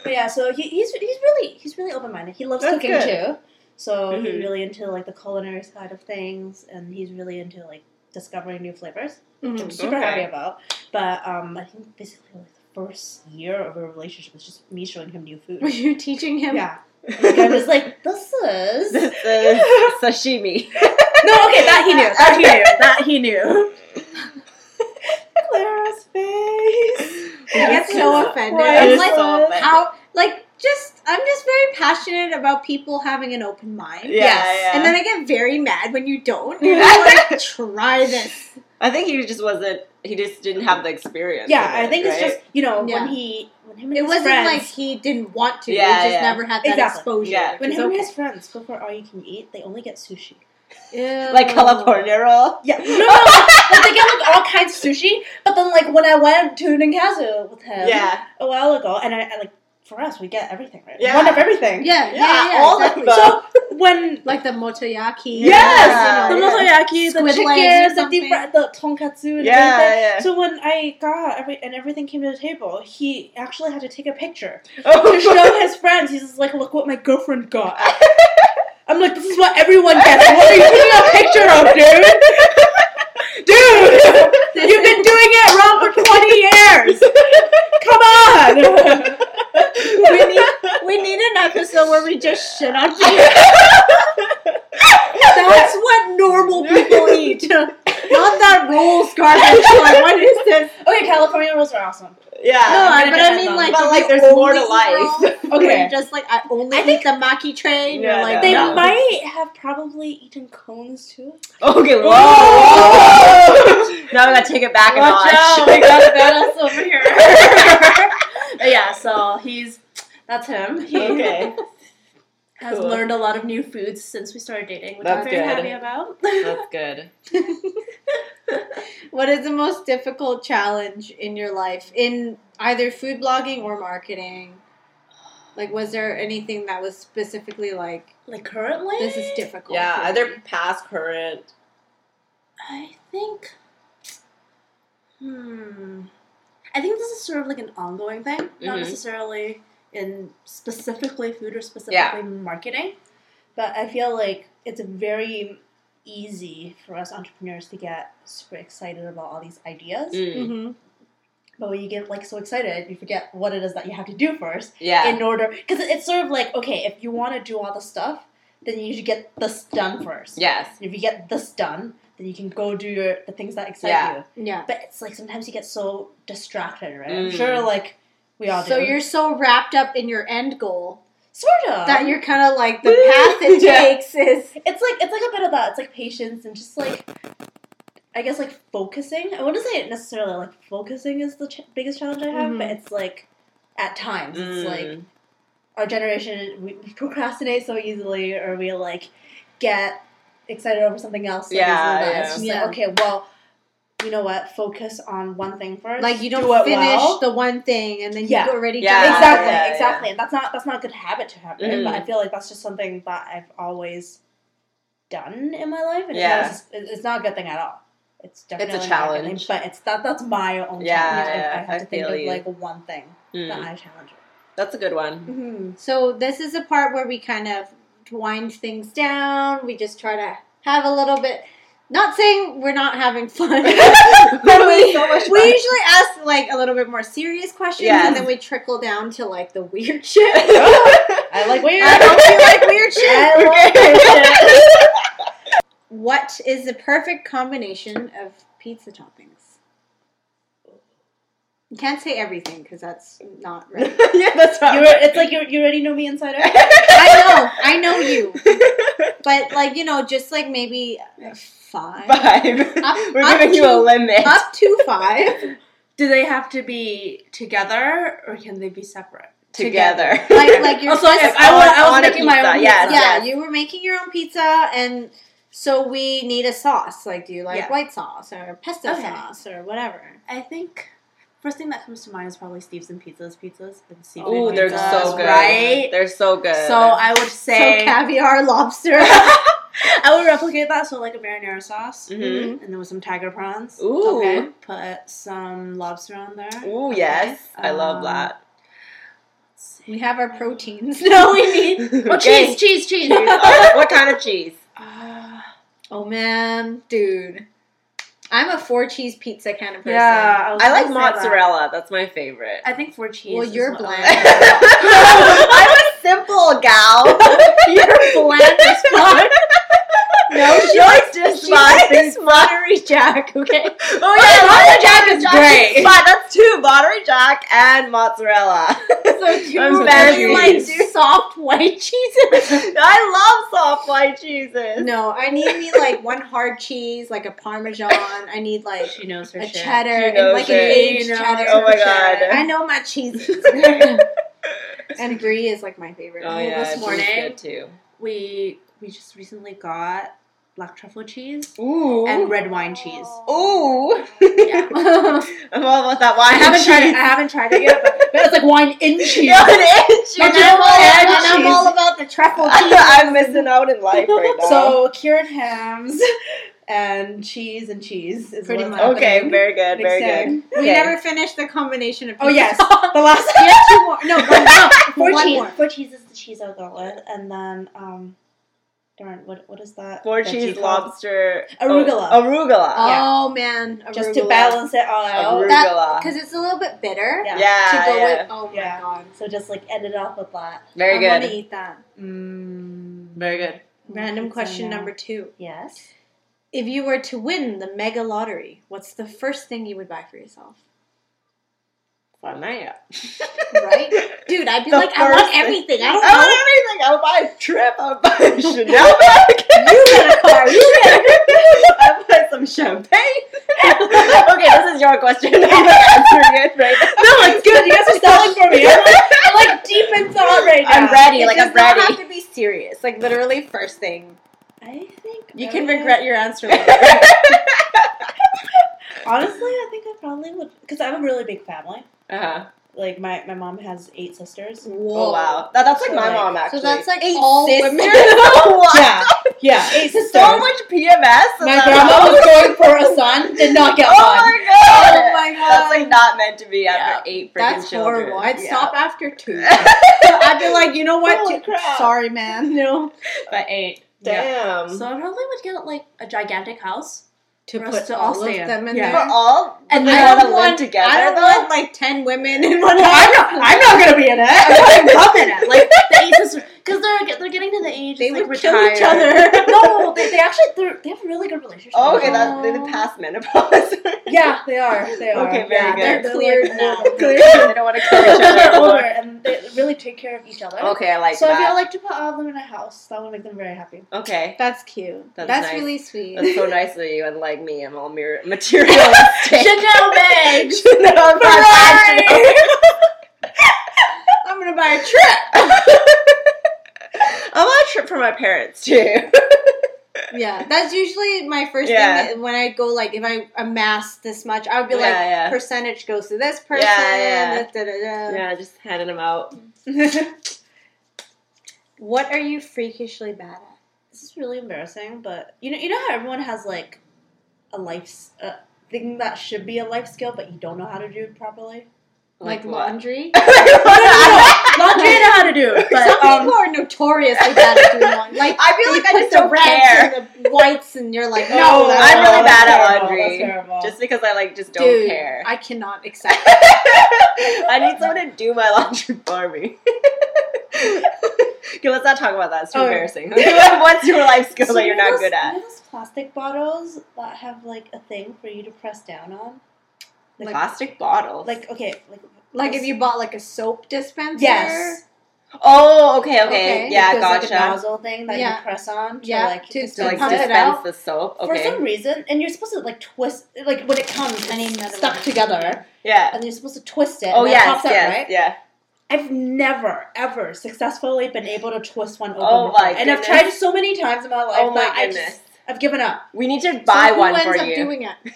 Speaker 3: But yeah, so he, he's he's really he's really open minded. He loves
Speaker 2: That's
Speaker 3: cooking
Speaker 2: good.
Speaker 3: too. So
Speaker 2: Mhm.
Speaker 1: Mm-hmm.
Speaker 3: he's really into like the culinary side of things, and he's really into like discovering new flavors, which I'm
Speaker 1: Mhm.
Speaker 3: super
Speaker 2: Okay.
Speaker 3: happy about. But um, I think basically like the first year of a relationship was just me showing him new
Speaker 1: Were
Speaker 3: food.
Speaker 1: you teaching him?
Speaker 3: yeah, like, I was like, this is no, okay,
Speaker 2: This is sashimi.
Speaker 3: that he knew, that he knew, that he knew. Clara's face.
Speaker 1: I get so offended.
Speaker 2: Christ.
Speaker 1: I'm like,
Speaker 2: So offended.
Speaker 1: how? Like, just I'm just very passionate about people having an open mind.
Speaker 2: Yeah, yeah.
Speaker 1: And then I get very mad when you don't. You're just like, try this.
Speaker 2: I think he just wasn't. He just didn't have the experience.
Speaker 3: Yeah,
Speaker 2: of
Speaker 3: I
Speaker 2: it,
Speaker 3: think it's
Speaker 2: right?
Speaker 3: just you know
Speaker 1: Yeah.
Speaker 3: when he when him and
Speaker 1: It
Speaker 3: his
Speaker 1: wasn't
Speaker 3: friends,
Speaker 1: like he didn't want to.
Speaker 2: Yeah,
Speaker 1: he just
Speaker 2: yeah.
Speaker 1: never had that
Speaker 3: Exactly.
Speaker 1: exposure.
Speaker 2: Yeah.
Speaker 1: which
Speaker 3: When
Speaker 1: is
Speaker 3: him and
Speaker 1: okay.
Speaker 3: his friends go for all you can eat, they only get sushi.
Speaker 2: like California roll.
Speaker 3: Yeah, no, no, no. like, they get like all kinds of sushi. But then, like when I went to Ninkazu with him
Speaker 2: Yeah,
Speaker 3: a while ago, and I, I like for us we get everything right,
Speaker 2: Yeah.
Speaker 3: one of everything.
Speaker 1: Yeah, yeah,
Speaker 2: Yeah,
Speaker 1: yeah.
Speaker 2: all of
Speaker 1: exactly.
Speaker 2: them.
Speaker 3: So when
Speaker 1: Like the motoyaki.
Speaker 2: Yes!
Speaker 1: You know,
Speaker 3: the motoyaki, the
Speaker 1: Squid legs or
Speaker 3: chicken, the deep fry,
Speaker 1: something.
Speaker 3: the tonkatsu, and everything.
Speaker 2: yeah, yeah.
Speaker 3: So when I got every and everything came to the table, he actually had to take a picture
Speaker 2: Oh,
Speaker 3: to show his friends. He's just like, "Look what my girlfriend got." I'm like, this is what everyone gets. What are you taking a picture of, dude? Dude, you've been doing it wrong for 20 years. Come on.
Speaker 1: we, need, we need an episode where we just shit on people.
Speaker 3: That's what normal people eat. Not that rules garbage. Like, what is this? Okay, California rolls are awesome.
Speaker 1: No,
Speaker 2: yeah.
Speaker 1: I,
Speaker 3: I'm gonna
Speaker 1: but
Speaker 3: get
Speaker 1: I
Speaker 3: that
Speaker 1: mean,
Speaker 3: done.
Speaker 1: like,
Speaker 2: But,
Speaker 1: if
Speaker 2: like,
Speaker 1: you
Speaker 2: there's more to
Speaker 1: only
Speaker 2: life.
Speaker 1: eat raw,
Speaker 3: Okay.
Speaker 1: where you're just like I only
Speaker 3: I
Speaker 1: eat the maki tray. And
Speaker 2: Yeah,
Speaker 1: you're like,
Speaker 3: They
Speaker 2: no.
Speaker 3: might have probably eaten cones too.
Speaker 2: Okay, whoa. now we gotta take it back a
Speaker 3: Watch out!
Speaker 2: notch.
Speaker 3: We got Thanos over here. But yeah, so he's that's him. He
Speaker 2: okay.
Speaker 3: has
Speaker 2: cool.
Speaker 3: learned a lot of new foods since we started dating, which
Speaker 2: That's
Speaker 3: I'm very
Speaker 2: good.
Speaker 3: happy about.
Speaker 2: That's good.
Speaker 1: What is the most difficult challenge in your life in either food blogging or marketing? Like, was there anything that was specifically like
Speaker 3: like currently,
Speaker 1: this is difficult?
Speaker 2: Yeah,
Speaker 1: for me?
Speaker 2: either past, current.
Speaker 3: I think. Hmm. I think this is sort of like an ongoing thing, not
Speaker 2: Mhm.
Speaker 3: necessarily in specifically food or specifically
Speaker 2: Yeah.
Speaker 3: marketing, but I feel like it's very easy for us entrepreneurs to get super excited about all these ideas.
Speaker 2: Mm.
Speaker 1: Mhm.
Speaker 3: But when you get like so excited, you forget what it is that you have to do first
Speaker 2: Yeah.
Speaker 3: in order. Because it's sort of like okay, if you want to do all the stuff, then you should get this done first.
Speaker 2: yes.
Speaker 3: If you get this done, then you can go do your the things that excite
Speaker 2: Yeah.
Speaker 3: you.
Speaker 1: Yeah.
Speaker 3: But it's like sometimes you get so distracted, right? I'm
Speaker 2: Mm.
Speaker 3: sure, like we all
Speaker 1: So
Speaker 3: do.
Speaker 1: you're so wrapped up in your end goal
Speaker 3: sort of
Speaker 1: that you're kind of like the path it
Speaker 2: Uh-huh. Yeah.
Speaker 1: takes is
Speaker 3: It's like it's like a bit of that. It's like patience and just like I guess like focusing. I wouldn't say it necessarily like focusing is the ch- biggest challenge I have,
Speaker 1: Mhm.
Speaker 3: but it's like at times it's like
Speaker 2: Mm-hmm. Mm.
Speaker 3: our generation we procrastinate so easily or we like get excited over something else so
Speaker 2: Yeah,
Speaker 3: easily that
Speaker 2: yeah.
Speaker 3: it's just
Speaker 1: Yeah.
Speaker 3: like okay well you know what focus on one thing first
Speaker 1: like you don't
Speaker 3: do it
Speaker 1: finish
Speaker 3: well.
Speaker 1: the one thing and then
Speaker 3: Yeah.
Speaker 1: you already
Speaker 2: Yeah.
Speaker 1: jump on
Speaker 3: exactly
Speaker 1: it.
Speaker 2: yeah, yeah.
Speaker 3: exactly and that's not that's not a good habit to have right?
Speaker 2: Mhm.
Speaker 3: but i feel like that's just something that i've always done in my life and
Speaker 2: Yeah.
Speaker 3: it's, just, it- it's not a good thing at all it's definitely not good thing,
Speaker 2: challenge.
Speaker 3: but it's that that's my own
Speaker 2: Yeah,
Speaker 3: challenge if
Speaker 2: yeah,
Speaker 3: i have
Speaker 2: I
Speaker 3: to think
Speaker 2: feel
Speaker 3: of
Speaker 2: you.
Speaker 3: like one thing
Speaker 2: Mm.
Speaker 3: that i challenge
Speaker 2: That's a good one.
Speaker 3: mm-hmm.
Speaker 1: So this is the part where we kind of wind things down. We just try to have a little bit. Not saying we're not having fun. but we,
Speaker 2: So much
Speaker 1: we
Speaker 2: fun.
Speaker 1: usually ask like a little bit more serious questions,
Speaker 2: Yes.
Speaker 1: and then we trickle down to like the weird shit.
Speaker 3: i like weird
Speaker 1: I don't feel like weird shit.
Speaker 2: okay.
Speaker 1: What is the perfect combination of pizza toppings? You can't say everything because that's not right.
Speaker 2: yeah, that's
Speaker 3: You
Speaker 2: not
Speaker 3: were, it's like you you already know me inside out.
Speaker 1: I know, I know you. But like you know, just like maybe five,
Speaker 2: five.
Speaker 1: Up-
Speaker 2: We're
Speaker 1: up
Speaker 2: giving you a
Speaker 1: to-
Speaker 2: limit.
Speaker 1: up to five.
Speaker 3: Do they have to be together or can they be separate?
Speaker 2: together.
Speaker 1: Like like you're
Speaker 3: Also,
Speaker 1: just-
Speaker 3: if I, wa- oh, I
Speaker 2: On
Speaker 3: was
Speaker 2: a
Speaker 3: making my
Speaker 2: pizza,
Speaker 3: own.
Speaker 2: yes.
Speaker 3: pizza.
Speaker 1: yeah, you were making your own pizza, and so we need a sauce. Like, do you like
Speaker 3: Yeah.
Speaker 1: white sauce or pesto
Speaker 3: Okay.
Speaker 1: sauce or whatever?
Speaker 3: I think first thing that comes to mind is probably Steve's and pizzas. Pizzas and seafood.
Speaker 2: Ooh, they're
Speaker 1: Pizzas,
Speaker 2: so good.
Speaker 3: Right.
Speaker 2: They're so good.
Speaker 3: So I would
Speaker 1: so
Speaker 3: say
Speaker 1: caviar, lobster.
Speaker 3: I would replicate that. So like a marinara sauce,
Speaker 2: Mhm.
Speaker 1: Mm-hmm.
Speaker 3: and then with some tiger prawns.
Speaker 2: Ooh.
Speaker 1: Okay.
Speaker 3: Put some lobster on there.
Speaker 2: Ooh, yes. I love
Speaker 3: Um,
Speaker 2: that.
Speaker 3: Let's see.
Speaker 1: We have our proteins. No, we need.
Speaker 3: Oh,
Speaker 2: Okay.
Speaker 3: cheese, cheese, cheese.
Speaker 2: Oh, what kind of cheese?
Speaker 3: Uh,
Speaker 1: Oh man, dude, I'm a four cheese pizza kind of person.
Speaker 3: yeah, was
Speaker 2: I like
Speaker 3: gonna say that.
Speaker 2: mozzarella. That's my favorite.
Speaker 3: I think four cheese.
Speaker 1: Well,
Speaker 3: is
Speaker 1: you're
Speaker 3: what-
Speaker 1: bland.
Speaker 2: I'm a simple gal.
Speaker 1: You're bland as fuck. No, she likes
Speaker 2: just
Speaker 1: she likes
Speaker 2: fine.
Speaker 1: buttery jack. Okay.
Speaker 2: Oh yeah,
Speaker 1: mozzarella
Speaker 2: mozzarella
Speaker 1: jack
Speaker 2: jack
Speaker 1: is
Speaker 2: is
Speaker 1: great.
Speaker 2: great. But that's two, mozzarella jack and mozzarella.
Speaker 1: So do you
Speaker 2: I'm
Speaker 1: really
Speaker 2: very
Speaker 1: like
Speaker 2: pleased.
Speaker 1: soft white cheeses?
Speaker 2: I love soft white cheeses.
Speaker 1: No, I need me like one hard cheese, like a parmesan. I need like
Speaker 3: She knows her
Speaker 1: a
Speaker 3: shit.
Speaker 1: cheddar
Speaker 2: She
Speaker 1: and like
Speaker 2: knows
Speaker 1: an
Speaker 2: it.
Speaker 1: aged
Speaker 3: She knows
Speaker 1: cheddar.
Speaker 2: Oh my God.
Speaker 1: I know my cheeses. and brie is like my favorite.
Speaker 2: Oh
Speaker 3: Well,
Speaker 2: yeah,
Speaker 3: this
Speaker 2: this
Speaker 3: morning-
Speaker 2: good too.
Speaker 3: we we just recently got black truffle cheese
Speaker 2: Ooh.
Speaker 3: and red wine cheese.
Speaker 2: Ooh.
Speaker 3: Yeah.
Speaker 2: I'm all about that wine.
Speaker 3: I haven't
Speaker 2: cheese.
Speaker 3: tried it. I haven't tried it yet, but, but it's like wine in cheese.
Speaker 2: Yeah, it is cheese.
Speaker 1: and
Speaker 3: Cheese
Speaker 1: I'm, all,
Speaker 3: and
Speaker 1: and I'm
Speaker 3: cheese.
Speaker 1: all about the truffle cheese.
Speaker 2: I'm missing out in life right now.
Speaker 3: So cured hams and cheese and cheese is
Speaker 1: Pretty
Speaker 3: what's
Speaker 1: much.
Speaker 2: okay,
Speaker 3: happening
Speaker 2: very good, very
Speaker 3: next
Speaker 2: good.
Speaker 1: we
Speaker 2: Okay.
Speaker 1: never finished the combination of
Speaker 3: Oh, yes.
Speaker 1: pizza.
Speaker 3: The last
Speaker 1: We have two more. No, one more.
Speaker 3: four
Speaker 1: One
Speaker 3: cheese.
Speaker 1: more.
Speaker 3: Four cheese is the cheese I'll go with, and then um, darn, what what is that?
Speaker 2: Four
Speaker 3: veggie
Speaker 2: cheese
Speaker 3: called?
Speaker 2: lobster.
Speaker 3: Arugula.
Speaker 2: Oh, arugula.
Speaker 3: Oh
Speaker 1: Yeah.
Speaker 3: man, just
Speaker 1: Arugula.
Speaker 3: to balance it all out.
Speaker 2: Arugula.
Speaker 1: That because it's a little bit bitter.
Speaker 3: Yeah.
Speaker 1: To
Speaker 2: Yeah.
Speaker 1: go
Speaker 2: yeah.
Speaker 1: with. Oh
Speaker 3: Yeah.
Speaker 1: my god.
Speaker 3: So just like end it off with that.
Speaker 2: Very
Speaker 1: I
Speaker 2: good.
Speaker 1: want to eat that.
Speaker 3: Mm,
Speaker 2: Very good.
Speaker 1: Random question number two.
Speaker 3: Yes.
Speaker 1: If you were to win the mega lottery, what's the first thing you would buy for yourself?
Speaker 2: Fun night.
Speaker 1: Right? Dude, I'd be
Speaker 2: The
Speaker 1: like, I
Speaker 2: first
Speaker 1: want
Speaker 2: thing-
Speaker 1: everything.
Speaker 2: I
Speaker 1: I don't know.
Speaker 2: want everything. I'll buy a trip. I'll buy a Chanel bag.
Speaker 1: You get a car. You
Speaker 2: get I'll buy some champagne. okay, this is your question. I'm not answering it right now.
Speaker 3: No, it's good. You guys are selling for me. I'm like, I'm, like, deep in thought right now.
Speaker 2: I'm ready.
Speaker 1: It
Speaker 2: like,
Speaker 1: does
Speaker 2: I'm
Speaker 1: not
Speaker 2: ready.
Speaker 1: have to be serious. Like literally, first thing
Speaker 3: I think
Speaker 1: you
Speaker 3: I
Speaker 1: can
Speaker 3: would-
Speaker 1: regret your answer later.
Speaker 3: Honestly, I think I probably would because I have a really big family.
Speaker 2: uh-huh.
Speaker 3: Like my, my mom has eight sisters.
Speaker 2: Oh, wow. That, that's like my mom, actually.
Speaker 1: So that's like
Speaker 2: Eight
Speaker 1: all
Speaker 2: sisters.
Speaker 1: women.
Speaker 2: Wow.
Speaker 3: Yeah, yeah, eight sisters.
Speaker 2: So much PMS.
Speaker 1: My grandma was going for a son, did not get
Speaker 2: Oh
Speaker 1: one.
Speaker 2: my god!
Speaker 1: Oh my god.
Speaker 2: That's like not meant to be after
Speaker 1: Yeah.
Speaker 2: eight freaking
Speaker 1: That's
Speaker 2: children.
Speaker 1: horrible. I'd
Speaker 2: Yeah.
Speaker 1: stop after two. I'd be like, you know what?
Speaker 2: Holy
Speaker 1: Two-
Speaker 2: crap.
Speaker 1: Sorry, man. No.
Speaker 2: By eight.
Speaker 1: Yeah.
Speaker 2: Damn.
Speaker 3: So I probably would get like a gigantic house.
Speaker 1: To
Speaker 3: For us
Speaker 1: put
Speaker 3: to
Speaker 1: all
Speaker 3: all
Speaker 1: of
Speaker 3: stay in.
Speaker 1: them in
Speaker 3: Yeah.
Speaker 2: For
Speaker 1: there.
Speaker 2: all
Speaker 1: And
Speaker 2: they
Speaker 1: I
Speaker 2: gotta
Speaker 1: don't
Speaker 2: live
Speaker 1: want,
Speaker 2: together,
Speaker 1: I don't
Speaker 2: though?
Speaker 1: want like ten women in one house.
Speaker 3: I'm not. I'm not gonna be in it.
Speaker 1: I'm not even bumping it. Like
Speaker 3: the eight sisters because they're get- they're getting to the age
Speaker 1: they
Speaker 3: it's,
Speaker 1: would
Speaker 3: like,
Speaker 1: kill
Speaker 3: retired.
Speaker 1: each other.
Speaker 3: No, they, they actually they're- they have a really good relationship.
Speaker 2: Oh, okay, that's
Speaker 1: that-
Speaker 2: they did past menopause.
Speaker 3: yeah, they are. They are.
Speaker 2: Okay, very
Speaker 3: yeah,
Speaker 2: good.
Speaker 1: They're
Speaker 3: like,
Speaker 1: cleared now.
Speaker 3: older.
Speaker 2: Clearly, they don't want to kill each other.
Speaker 3: they're older
Speaker 2: anymore.
Speaker 3: and they really take care of each other.
Speaker 2: Okay, I like
Speaker 3: so
Speaker 2: that.
Speaker 3: I feel like to put all of them in a house, that would make them very happy.
Speaker 2: okay,
Speaker 1: That's cute. That's,
Speaker 2: That's nice.
Speaker 1: really sweet.
Speaker 2: that's so nice of you. Unlike me, I'm all mir- materialistic.
Speaker 1: Chanel bag.
Speaker 2: Chanel and Versace.
Speaker 1: I'm gonna buy a trip.
Speaker 2: I want a trip for my parents too.
Speaker 1: Yeah, that's usually my first
Speaker 2: Yeah.
Speaker 1: thing that when I go like if I amass this much, I would be like
Speaker 2: Yeah, yeah.
Speaker 1: percentage goes to this person.
Speaker 2: yeah.
Speaker 1: da, da, da, da.
Speaker 2: Yeah, just handing them out.
Speaker 1: What are you freakishly bad at?
Speaker 3: This is really embarrassing, but you know, you know how everyone has like a life s- a thing that should be a life skill, but you don't know how to do properly.
Speaker 1: Like,
Speaker 2: what?
Speaker 1: laundry?
Speaker 3: Laundry, I know how to do,
Speaker 1: Some
Speaker 3: but
Speaker 1: people
Speaker 3: um,
Speaker 1: are notoriously bad at doing laundry. Like
Speaker 2: I feel
Speaker 1: you
Speaker 2: like I
Speaker 1: put
Speaker 2: just
Speaker 1: the
Speaker 2: don't
Speaker 1: reds
Speaker 2: care.
Speaker 1: and the whites, and you're like, no,
Speaker 2: Oh,
Speaker 1: that's
Speaker 2: I'm really
Speaker 1: wrong.
Speaker 2: bad at
Speaker 3: terrible,
Speaker 2: laundry.
Speaker 3: that's terrible.
Speaker 2: Just because I like just don't
Speaker 1: Dude,
Speaker 2: care.
Speaker 1: I cannot accept. That.
Speaker 2: I need someone to do my laundry for me. okay, let's not talk about that. It's too
Speaker 1: Oh.
Speaker 2: embarrassing. What's your life skill
Speaker 3: So
Speaker 2: that
Speaker 3: you
Speaker 2: you're
Speaker 3: know
Speaker 2: not
Speaker 3: those-
Speaker 2: good
Speaker 3: You
Speaker 2: at?
Speaker 3: know those plastic bottles that have like a thing for you to press down on. Like,
Speaker 2: Plastic bottles.
Speaker 3: like okay, like
Speaker 1: Like if you bought like a soap dispenser.
Speaker 3: yes,
Speaker 2: oh, okay, okay,
Speaker 1: Okay.
Speaker 2: yeah,
Speaker 3: There's,
Speaker 2: gotcha.
Speaker 3: Like a nozzle thing that
Speaker 1: Yeah.
Speaker 3: you press on to
Speaker 1: Yeah,
Speaker 3: like
Speaker 1: to-
Speaker 2: to like
Speaker 1: Pump it
Speaker 3: it.
Speaker 2: dispense
Speaker 1: out.
Speaker 2: the soap.
Speaker 3: For
Speaker 2: Okay,
Speaker 3: some reason, and you're supposed to like twist, like when it comes,
Speaker 1: I need another
Speaker 3: it's stuck
Speaker 1: one.
Speaker 3: together,
Speaker 2: yeah.
Speaker 3: and you're supposed to twist it.
Speaker 2: Oh
Speaker 3: and
Speaker 2: yes,
Speaker 3: that pops up,
Speaker 2: yes,
Speaker 3: right?
Speaker 2: yeah.
Speaker 3: I've never ever successfully been able to twist one open,
Speaker 2: Oh
Speaker 3: before.
Speaker 2: my
Speaker 3: and I've
Speaker 2: goodness.
Speaker 3: tried so many times in my life
Speaker 2: Oh my
Speaker 3: that I
Speaker 2: goodness.
Speaker 3: just, I've given up.
Speaker 2: We need to
Speaker 1: So
Speaker 2: buy
Speaker 1: who
Speaker 2: one
Speaker 1: ends
Speaker 2: for
Speaker 1: up
Speaker 2: you.
Speaker 1: doing it?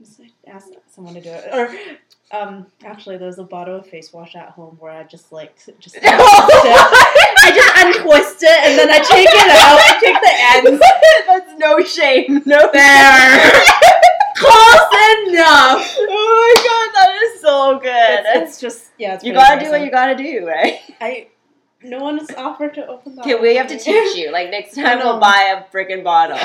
Speaker 3: Just ask someone to do it, or um, actually, there's a bottle of face wash at home where I just like just. I just untwist it and then I take it out. I take the ends.
Speaker 2: That's no shame. No
Speaker 3: There. Close enough.
Speaker 2: Oh my god, that is so good.
Speaker 3: It's, it's just yeah. It's
Speaker 2: you
Speaker 3: pretty
Speaker 2: gotta do what you
Speaker 3: embarrassing.
Speaker 2: gotta do, right?
Speaker 3: I. No one has offered to open that.
Speaker 2: Okay, we have to teach you. Like next time, we'll buy a freaking bottle.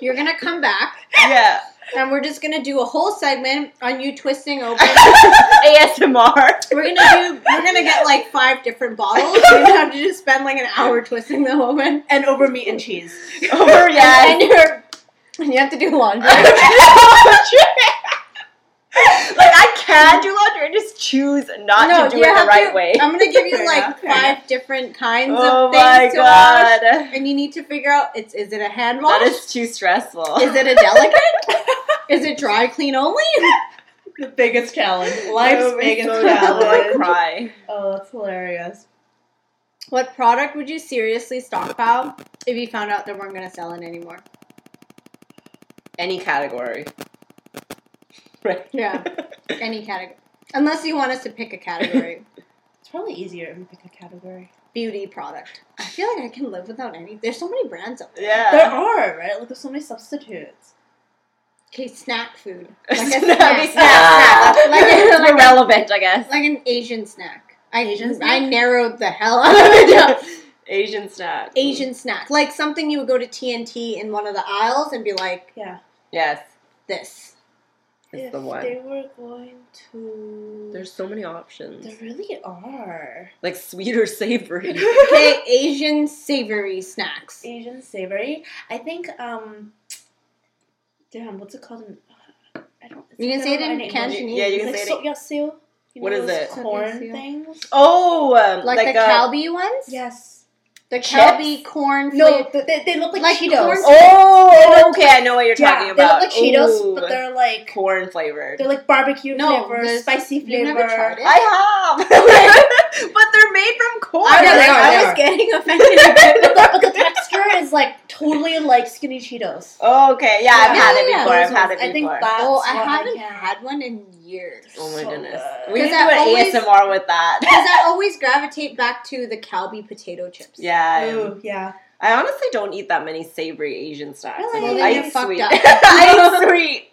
Speaker 1: You're gonna come back,
Speaker 2: yeah,
Speaker 1: and we're just gonna do a whole segment on you twisting open.
Speaker 2: ASMR.
Speaker 1: We're gonna do. We're gonna get like five different bottles. You're gonna have to just spend like an hour twisting them open.
Speaker 3: and over meat and cheese.
Speaker 2: Over
Speaker 1: And, and you're. And you have to do laundry.
Speaker 2: like I can do laundry, I just choose not to do
Speaker 1: you
Speaker 2: it the
Speaker 1: have
Speaker 2: right
Speaker 1: to-
Speaker 2: way.
Speaker 1: I'm gonna give you
Speaker 3: Fair
Speaker 1: like
Speaker 3: enough, fair
Speaker 1: five different kinds
Speaker 2: oh
Speaker 1: of things
Speaker 2: my
Speaker 1: to
Speaker 2: god,
Speaker 1: wash, and you need to figure out it's is it a hand wash?
Speaker 2: that is too stressful.
Speaker 1: Is it a delicate? is it dry clean only?
Speaker 3: The biggest challenge. Life's
Speaker 2: That would be
Speaker 3: biggest
Speaker 2: so terrible. I
Speaker 3: challenge.
Speaker 2: cry.
Speaker 3: Oh, that's hilarious.
Speaker 1: What product would you seriously stockpile if you found out they weren't gonna sell it anymore?
Speaker 2: Any category. Right.
Speaker 1: Yeah, any category. Unless you want us to pick a category,
Speaker 3: It's probably easier if you pick a category.
Speaker 1: beauty product. I feel like I can live without any. There's so many brands out there.
Speaker 3: There
Speaker 2: Yeah.
Speaker 3: are right. Like there's so many substitutes.
Speaker 1: Okay, snack food,
Speaker 2: Like
Speaker 1: a
Speaker 2: snack, snack,
Speaker 1: snack.
Speaker 2: snack.
Speaker 1: Like a-
Speaker 2: It's
Speaker 1: like a-
Speaker 2: irrelevant, I guess.
Speaker 1: like an Asian snack. I
Speaker 3: Asian
Speaker 1: I
Speaker 3: snack?
Speaker 1: narrowed the hell out of it. down.
Speaker 2: Asian snack.
Speaker 1: Asian snack, like something you would go to TNT in one of the aisles and be like,
Speaker 3: Yeah.
Speaker 2: Yes,
Speaker 1: this.
Speaker 2: it's
Speaker 3: if
Speaker 2: the one.
Speaker 3: they were going to.
Speaker 2: There's so many options,
Speaker 3: There really are.
Speaker 2: like sweet or savory.
Speaker 1: Okay, Asian savory snacks.
Speaker 3: Asian savory. I think, um. Damn, what's it called in. I don't, it's
Speaker 1: You can
Speaker 3: I
Speaker 1: say it
Speaker 3: don't know
Speaker 1: in
Speaker 3: any English.
Speaker 1: Cantonese.
Speaker 2: Yeah, you
Speaker 3: It's
Speaker 2: can
Speaker 3: like
Speaker 2: say it
Speaker 3: so,
Speaker 2: in-
Speaker 3: yeah, seal. You
Speaker 2: What
Speaker 3: know
Speaker 2: is
Speaker 3: those
Speaker 2: it?
Speaker 3: Corn
Speaker 1: Seal.
Speaker 3: things.
Speaker 2: oh, um,
Speaker 1: like, the
Speaker 2: uh,
Speaker 1: Calbee ones?
Speaker 3: Yes.
Speaker 1: The
Speaker 2: Chips?
Speaker 1: Calbee corn
Speaker 3: No,
Speaker 1: flavor-
Speaker 3: th- they, they look like,
Speaker 1: Like
Speaker 3: Cheetos.
Speaker 1: corn-
Speaker 2: Oh, okay, I know what you're
Speaker 3: Yeah,
Speaker 2: talking
Speaker 3: they look
Speaker 2: about.
Speaker 3: like Cheetos,
Speaker 2: Ooh,
Speaker 3: but they're like
Speaker 2: corn flavored.
Speaker 3: they're like barbecue
Speaker 1: No,
Speaker 3: flavor,
Speaker 1: there's-
Speaker 3: spicy
Speaker 1: You've
Speaker 3: flavor.
Speaker 1: never tried it?
Speaker 2: I have, but they're made from corn.
Speaker 1: I,
Speaker 3: know,
Speaker 1: know,
Speaker 3: they are,
Speaker 1: I
Speaker 3: they
Speaker 1: was
Speaker 3: are.
Speaker 1: getting offended.
Speaker 3: but, the, but the texture is like totally like skinny Cheetos.
Speaker 2: Oh, okay, yeah, I've
Speaker 1: Yeah,
Speaker 2: had it
Speaker 1: yeah,
Speaker 2: before.
Speaker 3: those
Speaker 2: I've had it
Speaker 3: ones.
Speaker 2: before.
Speaker 3: I think that's
Speaker 1: oh, I
Speaker 3: what I
Speaker 1: haven't
Speaker 3: can.
Speaker 1: had one in years.
Speaker 2: oh my
Speaker 3: so
Speaker 2: goodness,
Speaker 3: good.
Speaker 2: we need to
Speaker 1: 'Cause
Speaker 2: do
Speaker 1: I
Speaker 2: an
Speaker 1: always-
Speaker 2: ASMR with that.
Speaker 1: Because I always gravitate back to the Calbee potato chips.
Speaker 2: yeah,
Speaker 3: Ooh, yeah.
Speaker 2: I honestly don't eat that many savory Asian snacks.
Speaker 3: Really?
Speaker 2: I
Speaker 3: Well,
Speaker 2: mean,
Speaker 3: then
Speaker 2: I
Speaker 1: you're
Speaker 2: eat
Speaker 1: fucked
Speaker 2: sweet.
Speaker 1: up.
Speaker 2: I eat sweet.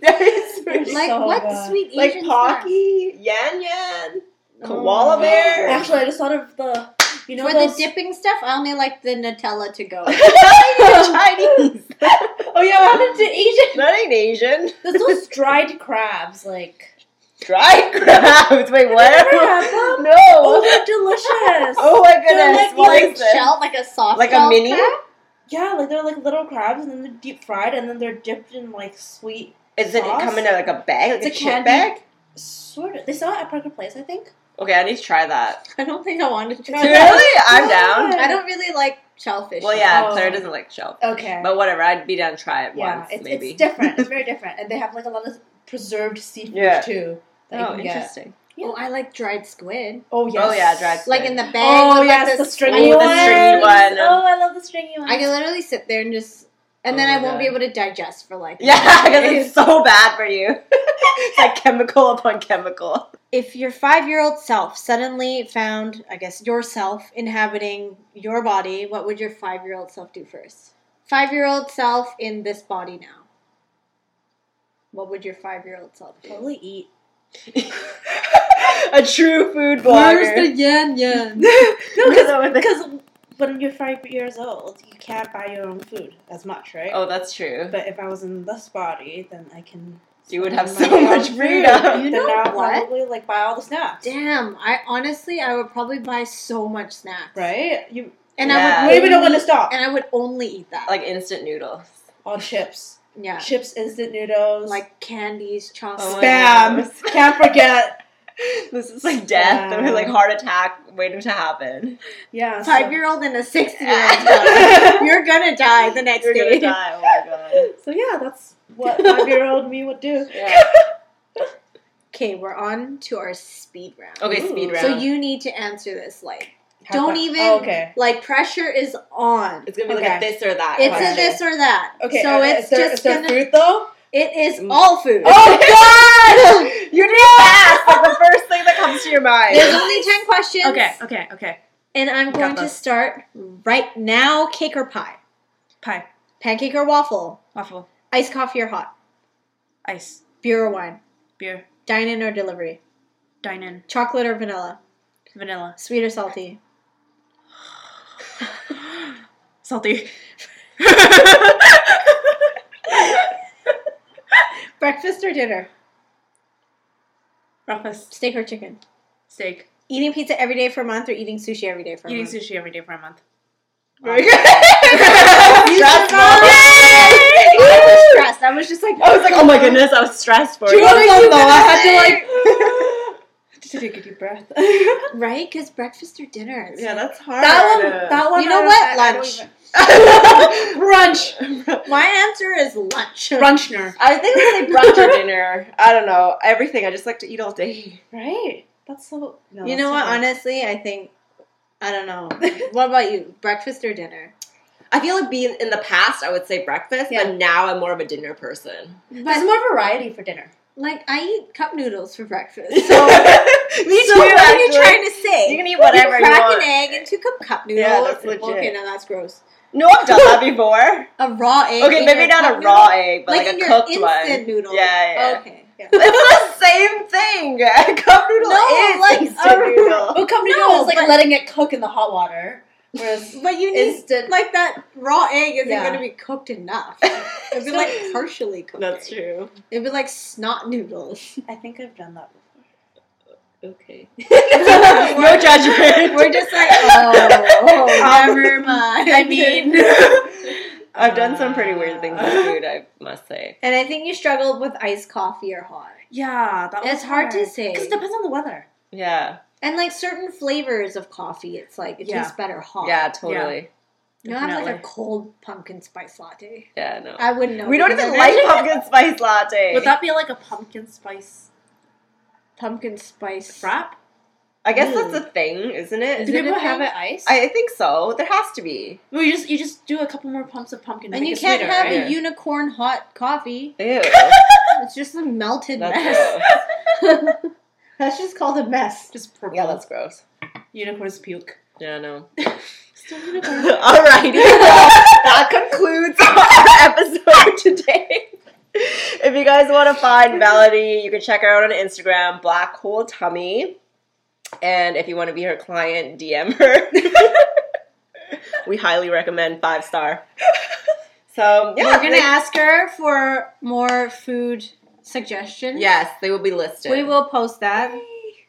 Speaker 2: I eat sweet.
Speaker 1: Like
Speaker 3: So
Speaker 1: what
Speaker 3: good.
Speaker 1: sweet
Speaker 2: Like
Speaker 1: Asian snack?
Speaker 2: Pocky, Yan Yan, Koala
Speaker 3: Oh.
Speaker 2: Bear.
Speaker 3: Actually, I just thought of the you know
Speaker 1: For
Speaker 3: those,
Speaker 1: the dipping stuff, I only like the Nutella to go.
Speaker 2: Chinese.
Speaker 3: Oh yeah, I went to Asian.
Speaker 2: That ain't Asian.
Speaker 3: There's those dried crabs, like
Speaker 2: Dried crabs. Wait, what?
Speaker 3: never had them.
Speaker 2: No.
Speaker 3: oh,
Speaker 2: Oh,
Speaker 3: they're delicious.
Speaker 2: my
Speaker 3: They're
Speaker 2: goodness.
Speaker 3: like
Speaker 2: what
Speaker 1: like
Speaker 2: is this?
Speaker 1: shell, like a soft
Speaker 2: Like a
Speaker 1: shell
Speaker 2: mini?
Speaker 1: crab?
Speaker 3: Yeah, like they're like little crabs, and then they're deep fried, and then they're dipped in like sweet
Speaker 2: Is it
Speaker 3: Sauce?
Speaker 2: coming in like a bag, like
Speaker 3: It's
Speaker 2: a,
Speaker 3: a
Speaker 2: chip
Speaker 3: candy.
Speaker 2: bag?
Speaker 3: sort of. They sell it at Parker Place, I think.
Speaker 2: Okay, I need to try that.
Speaker 1: I don't think I want to try that.
Speaker 2: Really? I'm down.
Speaker 3: Yeah.
Speaker 1: I don't really like shellfish.
Speaker 2: Well, yeah,
Speaker 3: Oh.
Speaker 2: Claire doesn't like shell,
Speaker 3: Okay.
Speaker 2: but whatever. I'd be down to try it
Speaker 3: yeah,
Speaker 2: once,
Speaker 3: it's,
Speaker 2: maybe.
Speaker 3: it's different. It's very different, and they have like a lot of preserved seafood
Speaker 2: Yeah.
Speaker 3: too. That you
Speaker 2: Oh,
Speaker 3: can get.
Speaker 2: interesting.
Speaker 1: Oh, I like dried squid.
Speaker 3: Oh yes.
Speaker 2: Oh yeah, dried.
Speaker 1: Like
Speaker 2: squid.
Speaker 1: in the bag.
Speaker 3: Oh
Speaker 1: with,
Speaker 3: yes,
Speaker 1: like
Speaker 3: the, stringy
Speaker 1: spiny
Speaker 2: the
Speaker 3: one.
Speaker 1: ones.
Speaker 2: stringy one.
Speaker 3: Oh, I love the stringy one.
Speaker 1: I can literally sit there and just, and
Speaker 2: Oh
Speaker 1: then
Speaker 2: my
Speaker 1: I won't be
Speaker 2: God.
Speaker 1: able to digest for like.
Speaker 2: Yeah, because
Speaker 1: days.
Speaker 2: it's so bad for you. it's like chemical upon chemical.
Speaker 1: If your five year old self suddenly found, I guess, yourself inhabiting your body, what would your five year old self do first? Five year old self in this body now. What would your five year old self do?
Speaker 3: Probably eat.
Speaker 2: a true food blogger.
Speaker 1: yan yan?
Speaker 3: No,
Speaker 2: No, the-
Speaker 3: because when you're five years old, you can't buy your own food as much, right?
Speaker 2: Oh, that's true.
Speaker 3: But if I was in this body, then I can.
Speaker 2: You would
Speaker 3: spend
Speaker 2: have
Speaker 3: my
Speaker 2: so
Speaker 3: own
Speaker 2: much
Speaker 3: food.
Speaker 2: freedom.
Speaker 1: You
Speaker 3: then
Speaker 1: know
Speaker 3: I'll
Speaker 1: what?
Speaker 3: probably like buy all the snacks.
Speaker 1: Damn, I honestly, I would probably buy so much snacks.
Speaker 3: Right? You
Speaker 1: And
Speaker 2: Yeah.
Speaker 3: I
Speaker 1: I would
Speaker 3: don't even know when
Speaker 1: only-
Speaker 3: to stop.
Speaker 1: And I would only eat that.
Speaker 2: Like instant noodles.
Speaker 3: All chips,
Speaker 1: yeah.
Speaker 3: chips, instant noodles,
Speaker 1: Like candies, chocolate.
Speaker 2: Oh my
Speaker 3: spam.
Speaker 2: goodness.
Speaker 3: Can't forget.
Speaker 2: This is like death or like heart attack waiting to happen.
Speaker 3: Yeah. so-
Speaker 1: Five year old and a six year old.
Speaker 2: You're
Speaker 1: You're gonna die the next
Speaker 2: gonna
Speaker 1: day.
Speaker 2: die. Oh my god.
Speaker 3: So yeah, that's what five-year-old me would do.
Speaker 2: Yeah.
Speaker 1: Okay, we're on to our speed round.
Speaker 2: Okay,
Speaker 3: Ooh.
Speaker 2: speed round.
Speaker 1: So you need to answer this like
Speaker 3: How
Speaker 1: don't
Speaker 3: fu-
Speaker 1: even
Speaker 3: Oh, okay.
Speaker 1: like pressure is on.
Speaker 2: it's gonna be like
Speaker 3: Okay.
Speaker 2: a this or that.
Speaker 1: It's
Speaker 2: question.
Speaker 1: a this or that.
Speaker 3: Okay.
Speaker 1: So
Speaker 3: uh,
Speaker 1: it's
Speaker 3: is there,
Speaker 1: just
Speaker 3: is there
Speaker 1: gonna
Speaker 3: fruit though.
Speaker 1: it is all food.
Speaker 2: Oh god! You did fast. Like the first thing that comes to your mind.
Speaker 1: There's only ten questions.
Speaker 3: Okay. Okay.
Speaker 1: And I'm
Speaker 2: Got
Speaker 1: going to
Speaker 2: this.
Speaker 1: start right now. Cake or pie?
Speaker 3: Pie,
Speaker 1: Pancake or waffle?
Speaker 3: waffle,
Speaker 1: Iced coffee or hot?
Speaker 3: ice,
Speaker 1: Beer or wine?
Speaker 3: beer,
Speaker 1: Dine in or delivery?
Speaker 3: dine-in,
Speaker 1: Chocolate or vanilla?
Speaker 3: vanilla,
Speaker 1: Sweet or salty?
Speaker 3: salty,
Speaker 1: Breakfast or dinner?
Speaker 3: breakfast,
Speaker 1: Steak or chicken?
Speaker 3: steak,
Speaker 1: Eating pizza every day for a month or eating sushi every day for a
Speaker 3: eating
Speaker 1: month?
Speaker 3: sushi every day for a month.
Speaker 2: Very good. Stressful.
Speaker 1: I was
Speaker 2: Yay!
Speaker 1: stressed. I was just like,
Speaker 2: I was like, oh my goodness, I was stressed for you.
Speaker 3: though, I had to like just take a deep breath. that
Speaker 1: right? Because breakfast or dinner. it's
Speaker 2: yeah,
Speaker 1: like-
Speaker 2: that's hard.
Speaker 3: one, that one.
Speaker 1: You know
Speaker 3: I-
Speaker 1: what?
Speaker 3: I- I don't
Speaker 1: Lunch.
Speaker 3: even-
Speaker 2: brunch.
Speaker 1: my answer is lunch.
Speaker 3: Brunchner.
Speaker 2: I think I'm gonna say brunch or dinner. I don't know. Everything. I just like to eat all day.
Speaker 3: Right. That's so. No,
Speaker 1: You know what?
Speaker 3: On it.
Speaker 1: Honestly, I think I don't know. what about you? Breakfast or dinner?
Speaker 2: I feel like being in the past, I would say breakfast,
Speaker 3: Yeah.
Speaker 2: but now I'm more of a dinner person.
Speaker 3: There's
Speaker 1: But
Speaker 3: more variety for dinner.
Speaker 1: like, I eat cup noodles for breakfast.
Speaker 2: Me
Speaker 1: So, so what are you
Speaker 2: actually.
Speaker 1: trying to say?
Speaker 2: You can eat whatever you,
Speaker 1: crack
Speaker 2: want.
Speaker 1: an egg into cup cup noodles.
Speaker 2: Yeah, that's
Speaker 1: Okay,
Speaker 2: legit.
Speaker 1: now that's gross.
Speaker 2: No, I've done that before.
Speaker 1: A raw egg.
Speaker 2: Okay,
Speaker 1: in
Speaker 2: maybe
Speaker 1: your
Speaker 2: not
Speaker 1: cup
Speaker 2: a raw
Speaker 1: noodle?
Speaker 2: egg, but like,
Speaker 1: in
Speaker 2: a
Speaker 1: your
Speaker 2: cooked
Speaker 1: instant
Speaker 2: one.
Speaker 1: noodle.
Speaker 2: Yeah, yeah.
Speaker 1: Okay. Yeah.
Speaker 2: It's the same thing. A cup noodle
Speaker 1: No,
Speaker 2: is
Speaker 1: like
Speaker 2: instant
Speaker 1: a-
Speaker 2: noodle.
Speaker 3: Well, cup
Speaker 1: No,
Speaker 3: noodle is like
Speaker 1: but-
Speaker 3: letting it cook in the hot water.
Speaker 2: Whereas
Speaker 1: But you need
Speaker 2: instant.
Speaker 1: like that raw egg isn't
Speaker 2: Yeah.
Speaker 1: going to be cooked enough. It'd be like partially cooked.
Speaker 2: That's
Speaker 1: egg.
Speaker 2: true.
Speaker 1: It'd be like snot noodles.
Speaker 3: I think I've done that before.
Speaker 2: Okay. no judgment.
Speaker 1: We're just like, oh, never mind.
Speaker 2: I mean, I've done some pretty weird things with food. I must say.
Speaker 1: and I think you struggled with iced coffee or hot.
Speaker 3: Yeah, that was
Speaker 1: It's hard to say.
Speaker 3: because it depends on the weather.
Speaker 2: Yeah.
Speaker 1: And like certain flavors of coffee, it's like it
Speaker 3: Yeah.
Speaker 1: tastes better hot.
Speaker 2: Yeah. Totally.
Speaker 1: You don't have like a
Speaker 3: Definitely.
Speaker 1: cold pumpkin spice latte.
Speaker 2: Yeah. no.
Speaker 1: I wouldn't know.
Speaker 2: we don't
Speaker 1: because
Speaker 2: even
Speaker 1: I
Speaker 2: like
Speaker 1: imagine
Speaker 2: pumpkin spice latte.
Speaker 3: Would that be like a pumpkin spice
Speaker 1: pumpkin spice.
Speaker 3: frap?
Speaker 2: I guess that's a thing, isn't it?
Speaker 1: Is
Speaker 3: Do
Speaker 1: it
Speaker 3: people
Speaker 1: a
Speaker 3: have
Speaker 1: thing?
Speaker 3: it iced?
Speaker 2: I, I think so. There has to be.
Speaker 3: well, you just you just do a couple more pumps of pumpkin, to
Speaker 1: And
Speaker 3: make
Speaker 1: you
Speaker 3: it
Speaker 1: can't
Speaker 3: sweeter,
Speaker 1: have
Speaker 3: right?
Speaker 1: a unicorn hot coffee.
Speaker 2: Ew.
Speaker 1: It's just a melted
Speaker 2: That's
Speaker 1: mess.
Speaker 2: gross.
Speaker 1: That's just called a mess.
Speaker 3: just purple.
Speaker 2: Yeah, that's gross.
Speaker 3: unicorn's puke.
Speaker 2: Yeah, no.
Speaker 3: Still unicorn.
Speaker 2: Alrighty. well, that concludes our episode today. If you guys want to find Melody, you can check her out on Instagram, Black Hole Tummy. And if you want to be her client, DM her. we highly recommend five star. So yeah,
Speaker 1: We're gonna
Speaker 2: they-
Speaker 1: ask her for more food suggestions.
Speaker 2: yes, they will be listed.
Speaker 1: We will post that.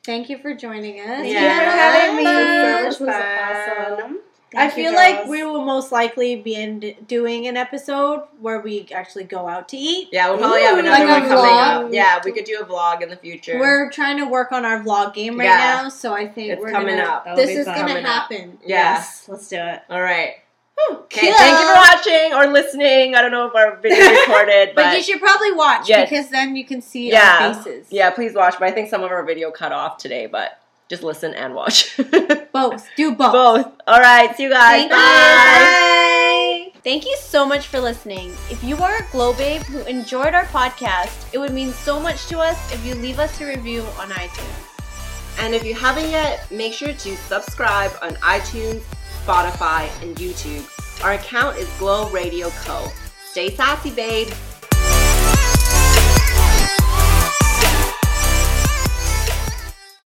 Speaker 1: Thank you for joining us.
Speaker 2: Thank you for having me.
Speaker 1: Bye.
Speaker 2: This was awesome.
Speaker 1: I feel like we will most likely be in doing an episode where we actually go out to eat.
Speaker 2: Yeah, we'll probably have
Speaker 1: Ooh,
Speaker 2: another
Speaker 1: like a
Speaker 2: one coming up.
Speaker 1: vlog?
Speaker 2: Yeah, we could do a vlog in the future.
Speaker 1: We're trying to work on our vlog game right
Speaker 2: Yeah.
Speaker 1: now, so I think
Speaker 2: It's
Speaker 1: we're
Speaker 2: coming
Speaker 1: gonna,
Speaker 2: up.
Speaker 3: That'll
Speaker 1: This
Speaker 3: be
Speaker 1: is
Speaker 3: fun.
Speaker 1: gonna
Speaker 2: Coming up.
Speaker 1: happen.
Speaker 2: yeah.
Speaker 3: let's do it.
Speaker 2: All right. Okay,
Speaker 1: Cool.
Speaker 2: thank you for watching or listening. I don't know if our video recorded,
Speaker 1: But,
Speaker 2: but,
Speaker 1: you should probably watch
Speaker 2: Yes.
Speaker 1: because then you can see
Speaker 2: Yeah.
Speaker 1: our faces.
Speaker 2: yeah, please watch. But I think some of our video cut off today, but just listen and watch
Speaker 1: Both. Do both.
Speaker 2: both. All right, see you guys.
Speaker 1: Thank you.
Speaker 2: Bye.
Speaker 1: Bye.
Speaker 4: Thank you so much for listening. If you are a Glow Babe who enjoyed our podcast, it would mean so much to us if you leave us a review on iTunes.
Speaker 2: And if you haven't yet, make sure to subscribe on iTunes, Spotify, and YouTube. Our account is Glow Radio Co. Stay sassy, babe.